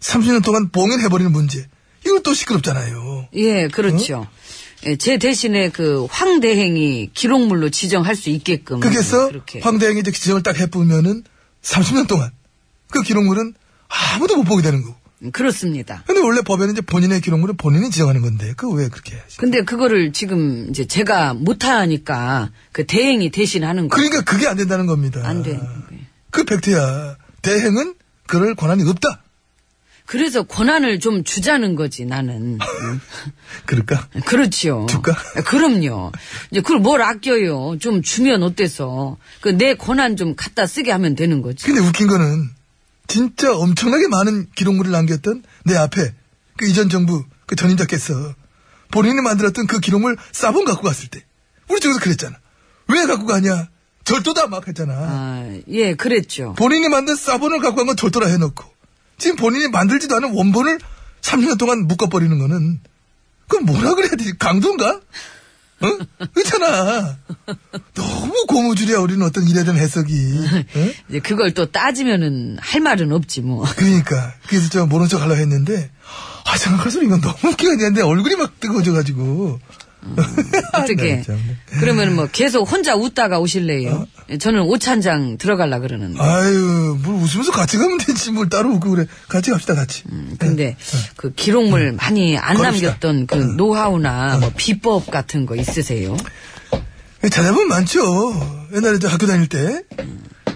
F: 30년 동안 봉인해버리는 문제. 이것도 시끄럽잖아요.
B: 예, 그렇죠. 예, 제 대신에 그 황대행이 기록물로 지정할 수 있게끔.
F: 그래서
B: 그렇게.
F: 황대행이 이제 지정을 딱 해보면은 30년 동안 그 기록물은 아무도 못 보게 되는 거고.
B: 음, 그렇습니다.
F: 근데 원래 법에는 이제 본인의 기록물은 본인이 지정하는 건데 그 왜 그렇게 해야지?
B: 근데 그거를 지금 이제 제가 못하니까 그 대행이 대신 하는 거.
F: 그러니까 그게 안 된다는 겁니다.
B: 안 되는 거예요.
F: 그 팩트야. 대행은 그럴 권한이 없다.
B: 그래서 권한을 좀 주자는 거지, 나는. 음.
F: 그럴까?
B: 그렇지요.
F: 줄까?
B: 그럼요. 이제 그걸 뭘 아껴요. 좀 주면 어때서. 그 내 권한 좀 갖다 쓰게 하면 되는 거지.
F: 근데 웃긴 거는 진짜 엄청나게 많은 기록물을 남겼던 내 앞에 그 이전 정부 그 전임자께서 본인이 만들었던 그 기록물 싸본 갖고 갔을 때 우리 쪽에서 그랬잖아. 왜 갖고 가냐? 절도다 막 했잖아.
B: 아, 예, 그랬죠.
F: 본인이 만든 사본을 갖고 간 건 절도라 해놓고 지금 본인이 만들지도 않은 원본을 30년 동안 묶어버리는 거는 그건 뭐라 그래야 되지 강도인가? 응? 그렇잖아 너무 고무줄이야 우리는 어떤 일에 대한 해석이 응?
B: 이제 그걸 또 따지면은 할 말은 없지 뭐.
F: 그러니까 그래서 제가 모른 척 하려고 했는데 아 생각할수록 이건 너무 웃기가 되는데 얼굴이 막 뜨거워져가지고 아,
B: 어떻게.
F: 나 참.
B: 그러면 뭐 계속 혼자 웃다가 오실래요?
F: 어?
B: 예, 저는 오찬장 들어갈라 그러는데.
F: 아유 뭘 웃으면서 같이 가면 되지 뭘 따로 웃고 그래 같이 갑시다 같이
B: 음. 근데
F: 네.
B: 그 기록물
F: 음.
B: 많이 안
F: 걸읍시다.
B: 남겼던 그
F: 음.
B: 노하우나 뭐 비법 같은 거 있으세요?
F: 찾아보면 많죠. 옛날에 저 학교 다닐 때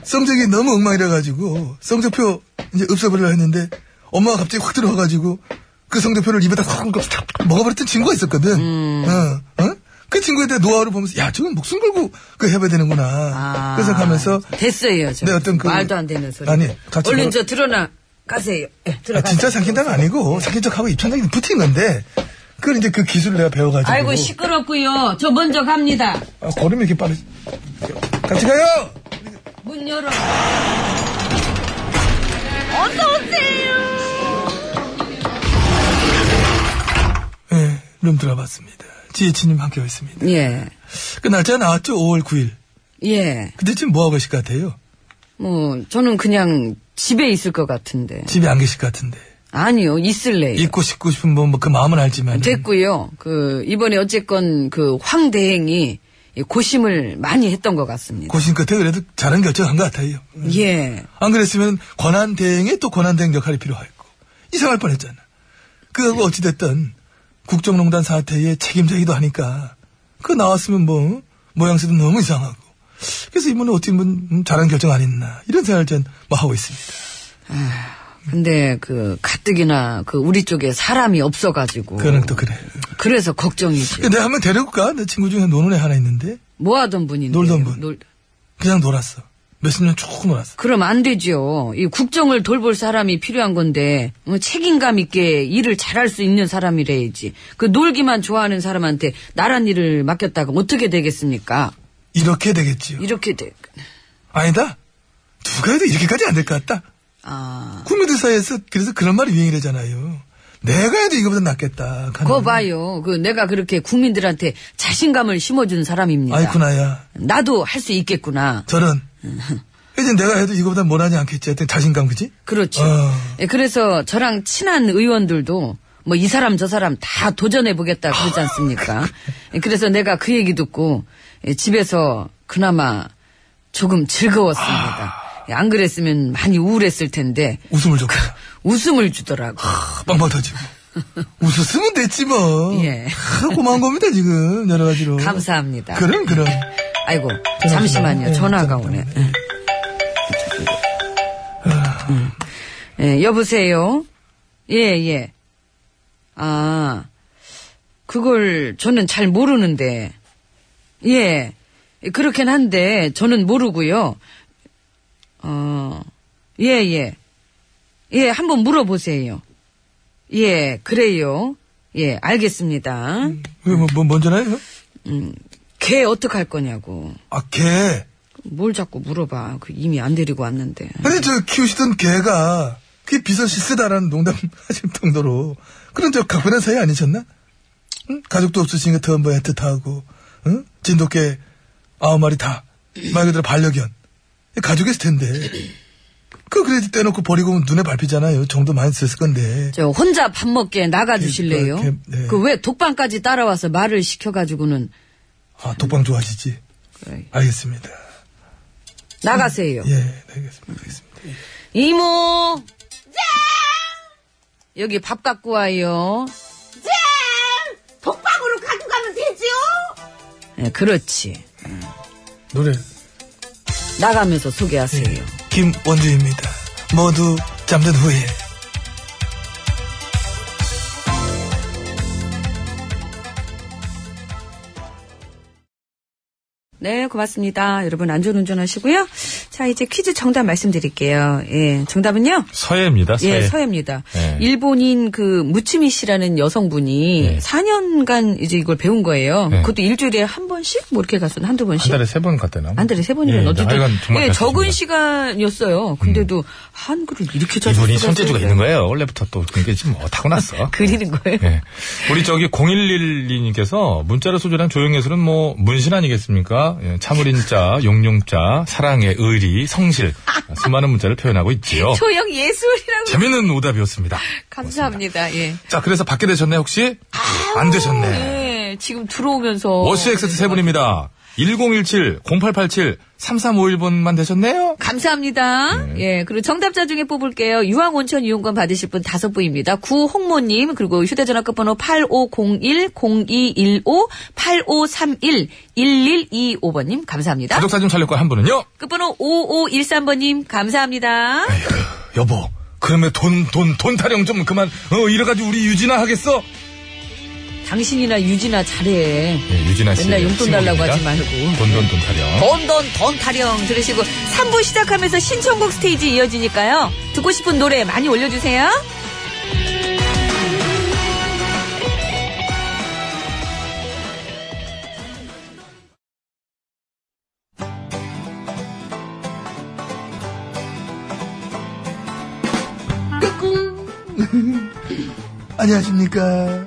F: 성적이 너무 엉망이라가지고 성적표 이제 없애버리려 했는데 엄마가 갑자기 확 들어와가지고 그 성적표를 입에다 확 먹어버렸던 친구가 있었거든. 어, 어? 그 친구에 대해 노하우를 보면서 야 저건 목숨 걸고 그 해봐야 되는구나.
B: 아,
F: 그 생각하면서
B: 됐어요, 저.
F: 네, 어떤 그-
B: 말도 안 되는 소리.
F: 아니, 같이
B: 얼른
F: 뭐-
B: 저 드러나 가세요. 예,
F: 아,
B: 들어가.
F: 진짜 상킨당 아니고 상킨척하고 입천장이 붙은 건데 그걸 이제 그 기술을 내가 배워가지고
B: 아이고 시끄럽고요. 저 먼저 갑니다.
F: 아, 걸음이 이렇게 빠르지. 같이 가요.
B: 문 열어.
F: 예, 룸 들어봤습니다. 지혜치님 함께 했습니다.
B: 예,
F: 그 날짜가 나왔죠? 5월 9일.
B: 예.
F: 근데 지금 뭐하고 계실 것 같아요?
B: 뭐 저는 그냥 집에 있을 것 같은데.
F: 집에 안 계실 것 같은데.
B: 아니요, 있을래요.
F: 있고 싶고 뭐그
B: 네,
F: 싶은 뭐, 뭐그 마음은 알지만.
B: 됐고요. 그 이번에 어쨌건 그 황대행이 이 고심을 많이 했던 것 같습니다.
F: 고심 끝에 그래도 잘한 결정한 것 같아요.
B: 예.
F: 안 그랬으면 권한 대행에 또 권한 대행 역할이 필요했고 이상할 뻔했잖아. 그거 어찌 됐든 국정농단 사태의 책임자이기도 하니까 그 나왔으면 뭐 모양새도 너무 이상하고 그래서 이분은 어떻게 보면 음, 잘한 결정 아니었나 이런 생각을 전뭐 하고 있습니다.
B: 근데 그 가뜩이나 그 우리 쪽에 사람이 없어가지고
F: 그거는 또 그래.
B: 그래서 걱정이지.
F: 내가 한번 데리고 가. 내 친구 중에 노는 애 하나 있는데
B: 뭐 하던 분인데.
F: 놀던 분. 그냥 놀았어. 몇십 년 쭉 놀았어.
B: 그럼 안 되죠. 이 국정을 돌볼 사람이 필요한 건데 어, 책임감 있게 일을 잘할 수 있는 사람이래야지. 그 놀기만 좋아하는 사람한테 나란 일을 맡겼다가 어떻게 되겠습니까?
F: 이렇게 되겠지요.
B: 이렇게 돼.
F: 아니다. 누가 해도 이렇게까지 안 될 것 같다.
B: 아,
F: 국민들 사이에서 그래서 그런 말이 유행이래잖아요. 내가 해도 이거보다 낫겠다. 가는.
B: 그거 봐요. 그 내가 그렇게 국민들한테 자신감을 심어준 사람입니다.
F: 아이쿠나야.
B: 나도 할 수 있겠구나.
F: 저런. 이제 내가 해도 이거보다 못하지 않겠지. 하여튼 자신감, 그지?
B: 그렇죠.
F: 어.
B: 예, 그래서 저랑 친한 의원들도 뭐 이 사람 저 사람 다 도전해 보겠다 그러지 않습니까? 예, 그래서 내가 그 얘기 듣고 예, 집에서 그나마 조금 즐거웠습니다. 예, 안 그랬으면 많이 우울했을 텐데
F: 웃음을 줬고.
B: 웃음을 주더라고.
F: 빵빵 터지고. 웃었으면 됐지 뭐.
B: 예.
F: 아, 고마운 겁니다, 지금. 여러 가지로.
B: 감사합니다.
F: 그럼, 그럼.
B: 아이고 잠시만요.
F: 예,
B: 전화가 오네.
F: 잠깐만요.
B: 예. 음. 예, 여보세요. 예, 예. 아, 그걸 저는 잘 모르는데. 예. 그렇긴 한데 저는 모르고요. 어. 예, 예. 예, 한번 물어보세요. 예, 그래요. 예, 알겠습니다.
F: 왜, 뭐, 뭐, 뭔 전화예요?
B: 걔 어떡할 거냐고.
F: 아, 개.
B: 뭘 자꾸 물어봐. 그 이미 안 데리고 왔는데.
F: 근데 저 키우시던 개가 그게 비서실 쓰다라는 농담 [LAUGHS] 하실 정도로 그런 저 가분한 사이 아니셨나? 응? 가족도 없으시니까 더뭐 애틋하고 응? 진돗개 아홉 마리 다 말 그대로 반려견 가족이었을 텐데 그 그래 떼놓고 버리고 오면 눈에 밟히잖아요 정도 많이 썼을 건데
B: 저 혼자 밥 먹게 나가주실래요?
F: 그, 그, 네.
B: 그 왜 독방까지 따라와서 말을 시켜가지고는
F: 아 독방 좋아하시지
B: 네.
F: 알겠습니다
B: 나가세요.
F: 예 알겠습니다 알겠습니다
B: 이모! 여기 밥 갖고 와요.
C: 독방으로 가져가면 되지요?
B: 예, 그렇지.
F: 노래
B: 나가면서 소개하세요.
F: 김원주입니다 모두 잠든 후에
B: 네, 고맙습니다. 여러분 안전운전 하시고요. 자, 이제 퀴즈 정답 말씀드릴게요. 예, 정답은요.
A: 서예입니다. 서예.
B: 예, 서예입니다.
A: 예.
B: 일본인 그 무치미 씨라는 여성분이
A: 예.
B: 4년간 이제 이걸 배운 거예요.
A: 예.
B: 그것도 일주일에 한 번씩 뭐 이렇게 가서 한두
A: 한
B: 번씩.
A: 달에 세 번 갔대나?
B: 한 달에 세 번이면
A: 예,
B: 어쨌든
A: 하여간 정말
B: 예, 적은
A: 잘했습니다.
B: 시간이었어요. 근데도 한글을 이렇게 잘
A: 이분이
B: 쓰고
A: 손재주가
B: 있어요.
A: 있는 거예요. 원래부터 또 그게 지금 어, 타고났어.
B: 그리는 거예요.
A: 예. 우리 저기 0112님께서 문자로 소절한 조용예술은 뭐 문신 아니겠습니까? 예, 참을인자, 용용자, 사랑의 의리, 성실 수많은 문자를 표현하고 있지요.
B: 초영 예술이라고
A: 재밌는 오답이었습니다.
B: 감사합니다. 예.
A: 자, 그래서 받게 되셨나요 혹시? 안 되셨네.
B: 예, 지금 들어오면서
A: 워시 엑세트 세 분입니다. 1017, 0887, 3351번만 되셨네요.
B: 감사합니다. 예, 그리고 정답자 중에 뽑을게요. 유황 온천 이용권 받으실 분 다섯 분입니다. 구홍모님, 그리고 휴대전화 끝번호 8501-0215-8531-1125번님, 감사합니다.
A: 가족 사진 촬영과 한 분은요.
B: 끝번호 5513번님, 감사합니다.
A: 네. 여보, 그러면 돈, 돈, 돈 타령 좀 그만, 어, 이래가지고 우리 유진아 하겠어?
B: 당신이나 유진아 잘해.
A: 예, 유진아 씨.
B: 맨날 용돈 달라고
A: 신곡입니다.
B: 하지 말고. 어?
A: 돈, 돈, 돈 타령.
B: 돈, 돈, 돈 타령 들으시고 3부 시작하면서 신청곡 스테이지 이어지니까요. 듣고 싶은 노래 많이 올려주세요.
F: 안녕하십니까.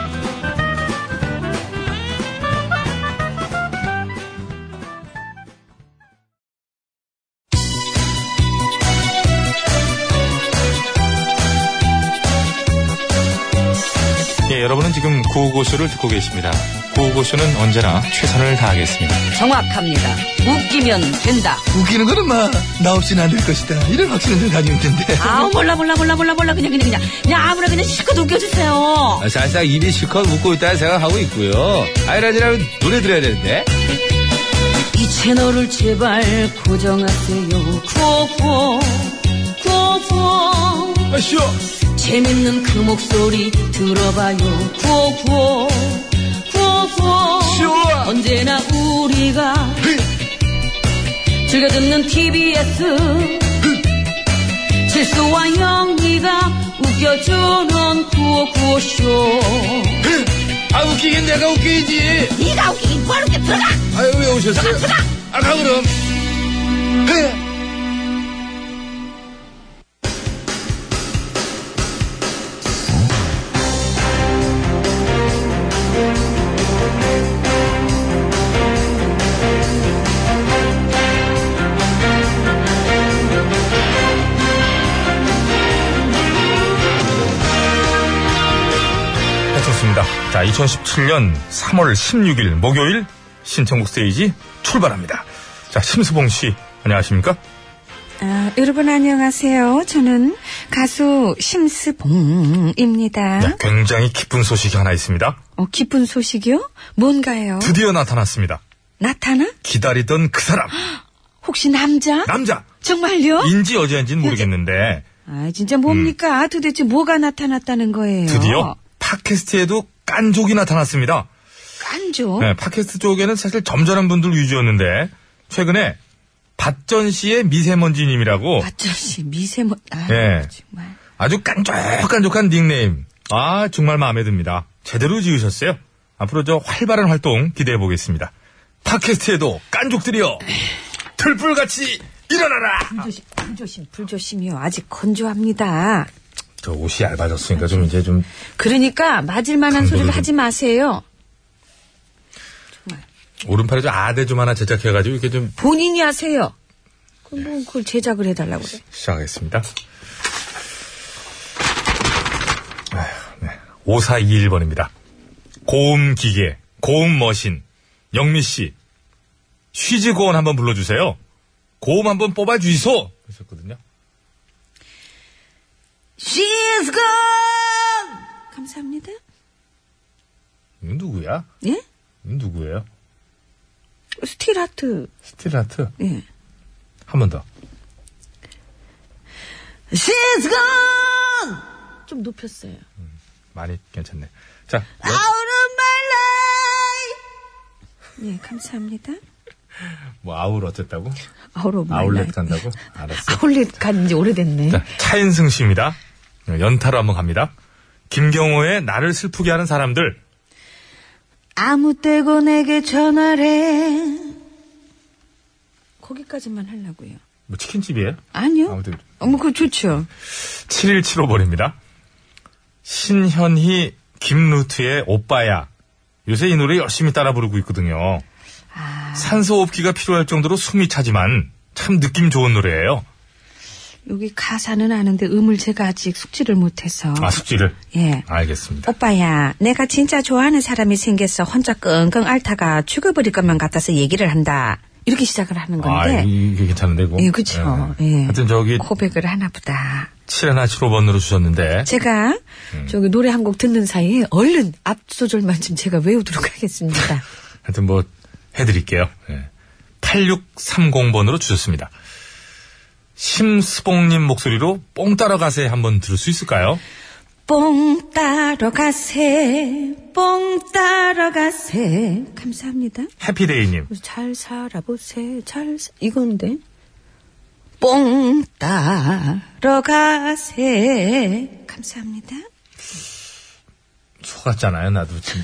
A: 예, 여러분은 지금 구호고쇼를 듣고 계십니다. 구호고쇼는 언제나 최선을 다하겠습니다.
B: 정확합니다. 웃기면 된다.
F: 웃기는 거는 막 나 없이는 안 될 것이다. 이런 확신을 늘 가지고 있는데.
B: [LAUGHS] 아 몰라 몰라 몰라 몰라 몰라 그냥 그냥 그냥 그냥 아무나 그냥 실컷
A: 아,
B: 웃겨주세요.
I: 사실상 입이 실컷 웃고 있다는 생각하고 있고요. 아이라지라면 노래 들어야 되는데.
B: 이 채널을 제발 고정하세요. 구호구호 구호구호
I: 아시오.
B: 재밌는 그 목소리 들어봐요. 구호구호 구호구호 언제나 우리가 즐겨 듣는 TBS 실수와 영리가 웃겨주는 구호구호쇼.
I: 아 웃기긴 내가 웃기지.
B: 네가 웃기긴 바로 게 들어가.
I: 아유 왜 오셨어요? 아가 그럼.
A: 좋습니다. 자, 2017년 3월 16일 목요일 신청곡 스테이지 출발합니다. 자, 심수봉 씨, 안녕하십니까?
J: 아, 여러분 안녕하세요. 저는 가수 심스봉입니다.
A: 네, 굉장히 기쁜 소식이 하나 있습니다.
J: 어, 기쁜 소식이요? 뭔가요?
A: 드디어 나타났습니다.
J: 나타나?
A: 기다리던 그 사람,
J: 혹시 남자?
A: 남자!
J: 정말요?
A: 인지 어? 여자인지는 어. 모르겠는데,
J: 아, 진짜 뭡니까? 도대체 뭐가 나타났다는 거예요?
A: 음. 드디어 팟캐스트에도 깐족이 나타났습니다.
J: 깐죠?
A: 네, 팟캐스트 쪽에는 사실 점잖은 분들 위주였는데, 최근에 박전 씨의 미세먼지님이라고
J: 어쩌시 미세먼지. 아,
A: 예.
J: 정말.
A: 아주 깐족깐족한 닉네임. 아, 정말 마음에 듭니다. 제대로 지으셨어요. 앞으로 저 활발한 활동 기대해 보겠습니다. 팟캐스트에도 깐족들이여! 들불같이 일어나라!
J: 불조심, 불조심, 불조심이요. 아직 건조합니다.
A: 저 옷이 얇아졌으니까 좀 이제 좀.
J: 그러니까 맞을 만한 소리를
A: 강도를 좀-
J: 하지 마세요.
A: 오른팔에 좀 아대 좀 하나 제작해가지고 이렇게 좀
J: 본인이 하세요. 그럼 뭐 그걸 제작을 해달라고 그래.
A: 시작하겠습니다. 아휴, 네. 5421번입니다. 고음 기계, 고음 머신, 영미 씨. 쉬즈 고원 한번 불러주세요. 고음 한번 뽑아주이소! 하셨거든요.
C: She's gone.
J: 감사합니다.
A: 이건 누구야?
J: 예?
A: 이건 누구예요?
J: 스틸하트.
A: 스틸라트?
J: 예.
A: 한 번 더.
C: She's gone.
J: 좀 높였어요.
A: 많이 괜찮네. 자, 여-
C: Out of my life.
J: 예, 감사합니다.
A: 뭐, 아울 어쨌다고?
J: 아우로
A: 아울렛 간다고? 알았어.
J: 아울렛 간지 오래됐네.
A: 자, 차인승 씨입니다. 연타로 한번 갑니다. 김경호의 나를 슬프게 하는 사람들.
J: 아무 때고 내게 전화해. 거기까지만 하려고요.
A: 뭐 치킨집이에요?
J: 아니요.
A: 아무튼. 네.
J: 어머, 그거 좋죠.
A: 7175번입니다. 신현희 김루트의 오빠야. 요새 이 노래 열심히 따라 부르고 있거든요.
J: 아.
A: 산소호흡기가 필요할 정도로 숨이 차지만 참 느낌 좋은 노래예요.
J: 여기 가사는 아는데 음을 제가 아직 숙지를 못해서.
A: 아 숙지를
J: 예.
A: 알겠습니다.
J: 오빠야, 내가 진짜 좋아하는 사람이 생겼어. 혼자 끙끙 앓다가 죽어버릴 것만 같아서 얘기를 한다. 이렇게 시작을 하는
A: 아
J: 건데.
A: 이게 괜찮은데 이거.
J: 예, 그쵸. 예.
A: 네. 하여튼 저기
J: 고백을 하나 보다.
A: 7175번으로 주셨는데
J: 제가 저기 노래 한 곡 듣는 사이에 얼른 앞 소절만 좀 제가 외우도록 [LAUGHS] 하겠습니다.
A: 하여튼 뭐 해드릴게요. 예. 8630번으로 주셨습니다. 심수봉님 목소리로 뽕 따라 가세 한번 들을 수 있을까요?
J: 뽕 따러 가세, 뽕 따러 가세. 감사합니다.
H: 해피데이님.
J: 잘 살아보세, 잘, 사- 이건데. 뽕 따러 가세. 감사합니다.
A: 속았잖아요, 나도 지금.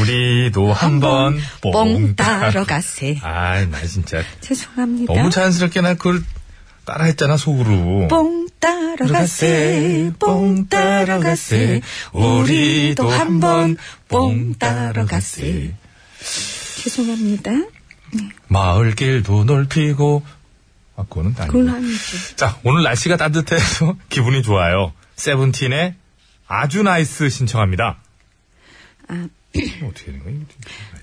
A: 우리도 한번
J: 뽕 따러 가세.
A: 아이, 나 진짜.
J: 죄송합니다.
A: 너무 자연스럽게 나 그걸 따라했잖아, 속으로.
J: 뽕 따러 가세, 뽕 따러 가세, 우리도 한번 뽕 따러 가세. 죄송합니다.
A: 마을길도 넓히고. 아, 그거는 아니고.
J: 그건 아니죠.
A: 자, 오늘 날씨가 따뜻해서 [LAUGHS] 기분이 좋아요. 세븐틴의 아주 나이스 신청합니다. [CLEARS THROAT] 어떻게 된 거야?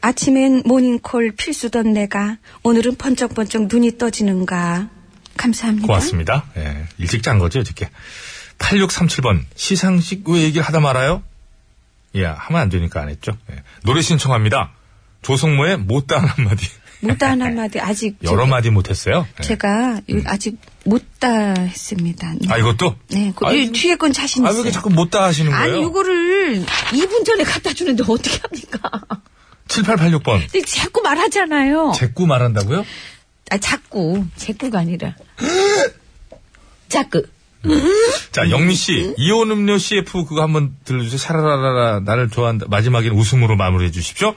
J: 아침엔 모닝콜 필수던 내가 오늘은 번쩍번쩍 눈이 떠지는가. 감사합니다.
A: 고맙습니다. 예, 일찍 잔 거죠, 어저께. 8637번, 시상식 왜 얘기를 하다 말아요? 예, 하면 안 되니까 안 했죠. 예. 노래 신청합니다. 조성모의 못다한 한마디.
J: 못다한 한마디 아직
A: [LAUGHS] 여러 마디 못했어요. 예.
J: 제가 이거 아직 못다 했습니다. 네.
A: 아, 이것도?
J: 네, 그,
A: 아유,
J: 이 뒤에 건 자신
A: 아, 왜
J: 있어요.
A: 이렇게 자꾸 못다 하시는 거예요?
B: 아니, 요거를 2분 전에 갖다 주는데 어떻게 합니까?
A: 7886번.
B: 근데 자꾸 말하잖아요.
A: 제꾸 말한다고요?
B: 아, 자꾸.
J: [GASPS]
B: 제꾸가 아니라. 자꾸. 그.
A: 자, 영미
J: 네.
A: 씨, 이온 음료 CF 그거 한번 들려주세요. 샤라라라, 나를 좋아한다. 마지막엔 웃음으로 마무리해 주십시오.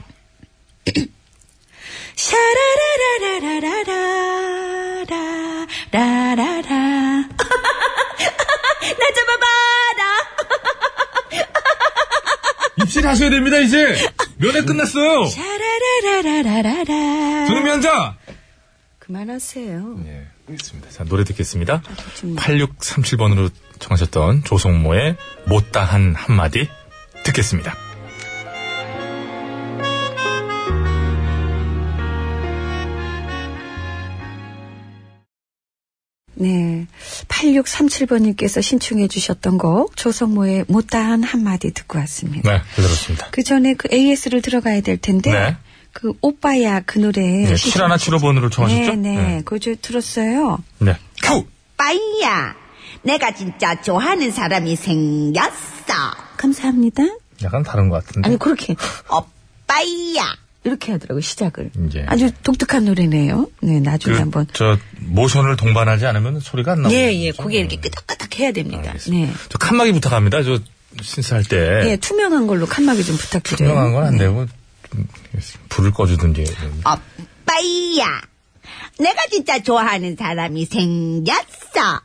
B: 샤라라라라라라라 라라라 [LAUGHS] 나 잡아봐라
A: 입실하셔야 됩니다, 이제! 면회 끝났어요!
B: 샤라라라라라라
A: 두루면자!
J: 그만하세요.
A: 예, 알겠습니다. 자, 노래 듣겠습니다.
J: 네.
A: 8637번으로 청하셨던 조성모의 못다한 한마디 듣겠습니다.
J: 네. 8637번님께서 신청해 주셨던 곡 조성모의 못다한 한마디 듣고 왔습니다.
A: 네, 잘 들었습니다.
J: 그 전에 그 AS를 들어가야 될 텐데
A: 네.
J: 그 오빠야 그 노래
A: 네,
J: 신청-
A: 7175번으로 청하셨죠?
J: 네, 네. 그거 저 들었어요.
A: 네. 큐!
C: 빠이야, 내가 진짜 좋아하는 사람이 생겼어.
J: 감사합니다.
A: 약간 다른 것 같은데.
B: 아니 그렇게
C: 오빠야.
B: 이렇게 하더라고 시작을
A: 이제.
J: 아주 독특한 노래네요. 네, 나중에
A: 예. 그,
J: 한번
A: 저, 모션을 동반하지 않으면 소리가 안 나오죠.
B: 예, 예,
A: 음.
B: 고개 이렇게 끄덕끄덕 해야 됩니다.
J: 네.
A: 저 칸막이 부탁합니다. 저, 신사할 때.
J: 예, 투명한 걸로 칸막이 좀 부탁드려요.
A: 투명한 건 안 되고, 좀 불을 꺼주든지.
C: 오빠야, 내가 진짜 좋아하는 사람이 생겼어.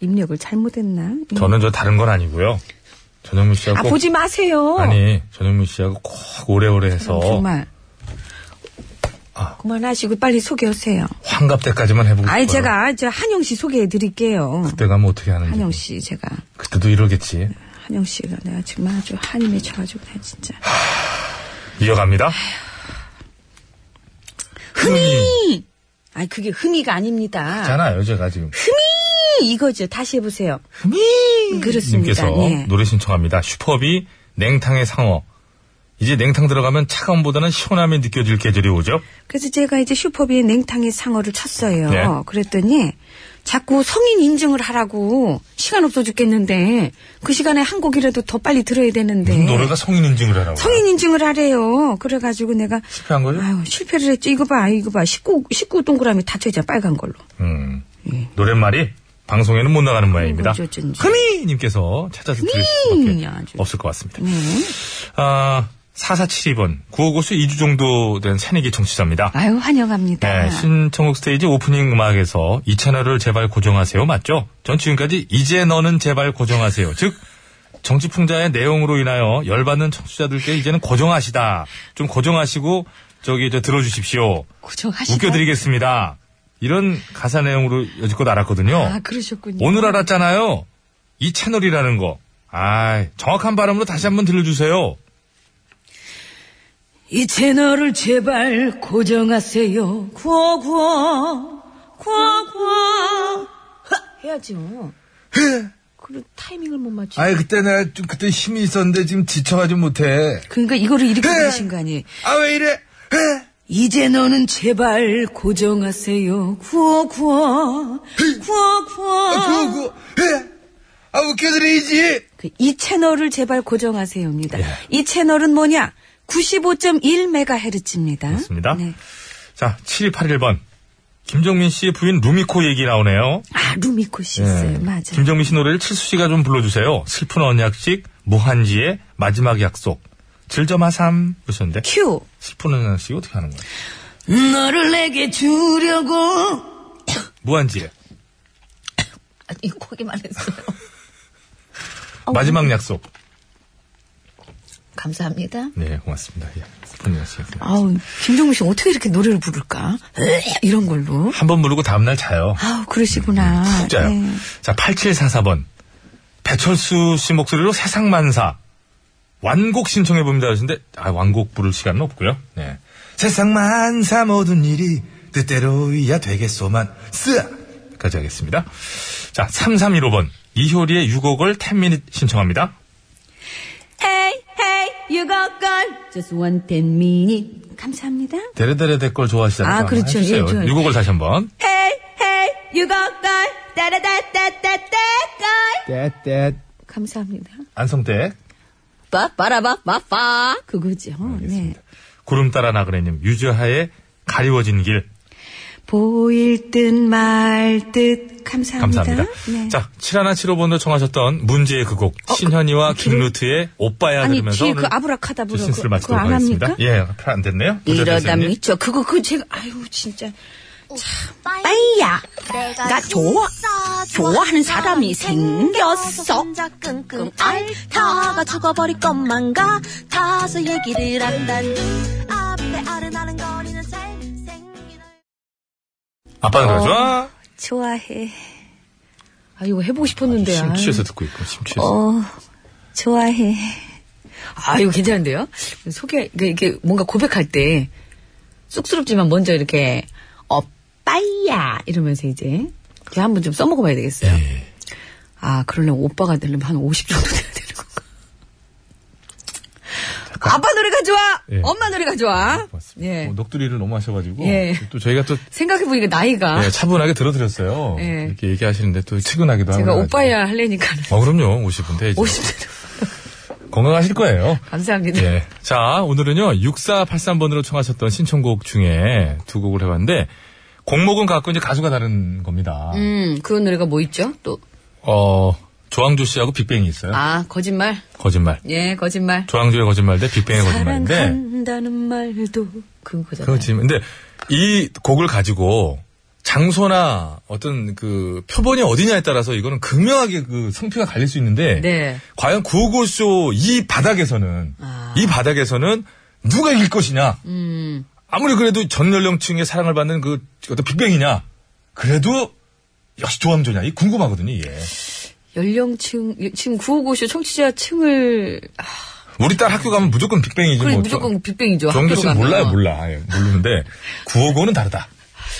J: 입력을 잘못했나? 예.
A: 저는 저 다른 건 아니고요. 전현무 씨하고.
J: 아, 보지 마세요.
A: 아니, 전현무 씨하고 꼭 오래오래 해서.
J: 정말.
A: 아.
J: 그만하시고 빨리 소개하세요.
A: 환갑 때까지만 해보고
J: 아니,
A: 싶어요.
J: 제가 저 한영 씨 소개해 드릴게요.
A: 그때 가면 어떻게 하는지.
J: 한영 씨, 제가.
A: 그때도 이러겠지.
J: 한영 씨가 내가 지금 아주 한이 맺혀가지고, 그냥 진짜.
A: 이어갑니다. 흔히
J: 아니, 그게 흠이가 아닙니다.
A: 잖아요 제가 지금.
J: 이- 이거죠. 다시 해보세요.
A: 님께서
J: 그렇습니다. 네.
A: 노래 신청합니다. 슈퍼비 냉탕의 상어. 이제 냉탕 들어가면 차가움보다는 시원함이 느껴질 계절이 오죠.
J: 그래서 제가 이제 슈퍼비의 냉탕의 상어를 쳤어요.
A: 네.
J: 그랬더니 자꾸 성인 인증을 하라고 시간 없어 죽겠는데 그 시간에 한 곡이라도 더 빨리 들어야 되는데
A: 무슨 노래가 성인 인증을 하라고.
J: 예. 성인 인증을 하래요. 그래가지고 내가
A: 실패한 거죠?
J: 아유 실패를 했죠. 이거 봐, 이거 봐. 19 19 동그라미 닫혀있잖아 빨간 걸로.
A: 음.
J: 예.
A: 노랫말이 방송에는 못 나가는 모양입니다.
J: 어이구, 어쩐지.
A: 흔히 님께서 찾아서 들을 수밖에
J: 흔히 아주. 네.
A: 없을 것 같습니다. 아, 4472번 구호고수 2주 정도 된 새내기 청취자입니다.
J: 아유 환영합니다.
A: 네, 신청곡 스테이지 오프닝 음악에서 이 채널을 제발 고정하세요. 맞죠? 전 지금까지 이제 너는 제발 고정하세요. 즉, 정치풍자의 내용으로 인하여 열받는 청취자들께 이제는 고정하시다. 좀 고정하시고, 저기, 저 들어주십시오.
J: 고정하시다.
A: 웃겨드리겠습니다. 이런 가사 내용으로 여지껏 알았거든요.
J: 아 그러셨군요.
A: 오늘 알았잖아요. 이 채널이라는 거. 아 정확한 발음으로 다시 한번 들려주세요.
B: 이 채널을 제발 고정하세요. 구워, 구워, 구워, 뭐. 구워.
J: 해야죠. 그 타이밍을 못 맞추.
F: 아이, 그때 내가 좀, 그때 힘이 있었는데 지금 지쳐가지고 못해.
B: 그러니까 이거를 이렇게
F: 네.
B: 부르신 거 아니에요.
F: 아, 왜 이래? 에?
B: 이제 너는 제발
D: 아,
B: 고정하세요. 구워, 구워, 구워, 구워.
F: 그거, 에? 아, 웃겨드려야지.
J: 그 이 채널을 제발 고정하세요입니다. 이 채널은 뭐냐? 95.1메가헤르츠입니다.
H: 맞습니다.
J: 네.
H: 자, 7281번. 김정민 씨의 부인 루미코 얘기 나오네요.
J: 아, 루미코 씨 있어요. 맞아. 요
H: 김정민 씨 노래를 칠수 씨가 좀 불러주세요. 슬픈 언약식, 모한지의 마지막 약속. 즐점하삼. 그러셨는데.
J: 큐.
H: 슬픈 언약식 어떻게 하는 거예요?
C: 너를 내게 주려고
H: 무한지의
B: 아, 이거 거기만
J: [LAUGHS]
B: 했어요.
H: 마지막 약속.
B: 감사합니다.
H: 네, 고맙습니다. 예, 슬픈 언약식.
J: 아우, 김종민 씨 어떻게 이렇게 노래를 부를까? 이런 걸로.
H: 한번 부르고 다음날 자요.
J: 아우, 그러시구나.
H: 푹 자요.
J: 네.
H: 자, 8744번. 배철수 씨 목소리로 세상만사. 완곡 신청해봅니다. 하시는데, 아, 완곡 부를 시간은 없고요 네.
D: 세상만사 모든 일이 뜻대로야 되겠소만. 쓰아!
H: 까지 하겠습니다. 자, 3315번. 이효리의 6억을 10미닛 신청합니다.
B: Hey, hey, you got girl. Just one ten minute.
J: 감사합니다.
H: 데레데레데 걸 좋아하시잖아요.
J: 아, 그렇죠.
H: 해주세요.
J: 예, 좋아요.
H: 6억을 다시 한 번.
B: Hey, hey, you got girl. 따라다따따따 girl.
J: 감사합니다.
H: 안성댁.
B: 빠빠라바빠빠. 그거죠.
J: 네.
H: 구름 따라 나그네님. 유저하의 가리워진 길.
J: 보일 듯 말 듯 감사합니다.
H: 감사합니다.
J: 네.
H: 자, 7175번도 청하셨던 문제의 그 곡. 신현이와 김루트의 오빠야
J: 아니
H: 들으면서.
J: 뒤에 그
H: 오늘
J: 아브라카다
H: 저
J: 부르고
H: 신스를
J: 그거
H: 마치도록
J: 안
H: 하겠습니다.
J: 합니까?
H: 예, 앞에 안 됐네요. 부자
J: 이러다
H: 선생님.
J: 미쳐 그거 그 제가 아유 진짜 빠이야 나 좋아 좋아하는 사람이 생겼어 끙끙 앓다가 죽어버릴 것만 같아서 얘기를 한다니 앞에 아른아른거리는 잘생긴
H: 아빠는 그래 좋아.
J: 좋아해 아 이거 해보고 싶었는데 아,
A: 심취해서 듣고 있고, 심취해서.
J: 어 좋아해
B: 아, 이거 괜찮은데요? 소개, 그, 이게, 이게 뭔가 고백할 때 쑥스럽지만 먼저 이렇게, 어, 빠이야! 이러면서 이제, 이제 한번 좀 써먹어 봐야 되겠어요.
A: 네.
B: 아, 그러려면 오빠가 되려면 한 50 정도 돼야 되는 건가. 아빠 노래가 좋아!
A: 예.
B: 엄마 노래가 좋아!
A: 고맙습니다.
B: 예.
A: 뭐 녹두리를 너무 하셔가지고
B: 예.
A: 또 저희가 또
B: 생각해보니까 나이가.
J: 아.
A: 예, 차분하게 들어드렸어요.
B: 예.
A: 이렇게 얘기하시는데 또 측은하기도 하고
B: 제가
A: 그래가지고.
B: 오빠야 할래니까 [LAUGHS] 는
A: 어 그럼요 50인데
B: 50 정도.
A: 건강하실 거예요.
B: 감사합니다.
A: 예. 자, 오늘은요, 6483번으로 청하셨던 신청곡 중에 두 곡을 해봤는데, 곡목은 갖고 이제 가수가 다른 겁니다.
B: 음, 그런 노래가 뭐 있죠? 또,
A: 어, 조항조 씨하고 빅뱅이 있어요.
B: 아, 거짓말?
A: 거짓말.
B: 예, 거짓말.
A: 조항조의 거짓말 대 빅뱅의 거짓말인데,
J: 사랑한다는 말도
B: 그거잖아요.
A: 그거 지금, 근데 이 곡을 가지고, 장소나 어떤 그 표본이 어디냐에 따라서 이거는 극명하게 그 성피가 갈릴 수 있는데
B: 네.
A: 과연 구호고쇼 이 바닥에서는 이 바닥에서는 누가 이길 것이냐
B: 아. 음.
A: 아무리 그래도 전 연령층의 사랑을 받는 그 어떤 빅뱅이냐 그래도 역시 조항조냐 이 궁금하거든요 이게
B: 연령층, 지금 955쇼 청취자층을, 아,
A: 우리 딸 학교 가면 무조건 빅뱅이지
B: 그래,
A: 뭐
B: 무조건 빅뱅이죠.
A: 조항조
B: 학교로
A: 씨는 몰라요
B: 가면.
A: 몰라 예, 모르는데 955는 다르다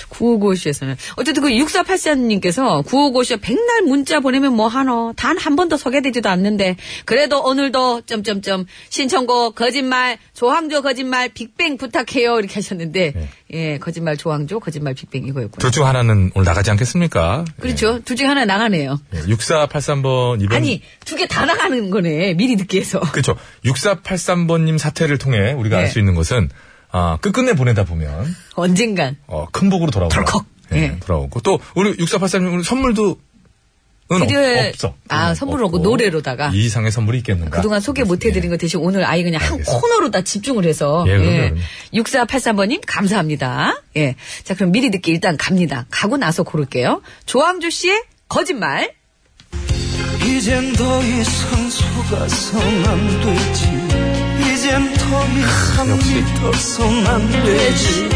B: 955쇼에서는. 어쨌든 그 6484님께서 955쇼 백날 문자 보내면 뭐 하노. 단 한 번도 소개되지도 않는데. 그래도 오늘도, 점점점, 신청곡, 거짓말, 조항조 거짓말, 빅뱅 부탁해요. 이렇게 하셨는데,
A: 네.
B: 예, 거짓말 조항조, 거짓말 빅뱅 이거였고요.
A: 둘 중 하나는 오늘 나가지 않겠습니까
B: 그렇죠. 둘 중에 하나 나가네요.
A: 6483번 이번
B: 아니, 두 개 다 나가는 거네. 미리 듣기 해서.
A: 그렇죠 6483번님 사태를 통해 우리가
B: 네.
A: 알 수 있는 것은 아, 끝끝내 보내다 보면
B: 언젠간.
A: 어, 큰 복으로 돌아오고
B: 덜컥. 예.
A: 돌아오고 또 우리 6483님 오늘 선물도 은 없-
B: 드려야-
A: 없어.
B: 아, 선물은 없고 노래로다가. 아.
A: 이 이상의 선물이 있겠는가?
B: 그동안 소개 못 해드린 거 대신 오늘 아예 그냥 한
A: 알겠습니다.
B: 코너로 다 집중을 해서.
A: 예, 그럼요, 그럼요.
B: 6483번님, 감사합니다. 예. 자, 그럼 미리 듣기 일단 갑니다. 가고 나서 고를게요. 조항조 씨의 거짓말.
G: 이젠 더 이상 속아선 안 되지 이젠 더 이상 믿어선 안 되지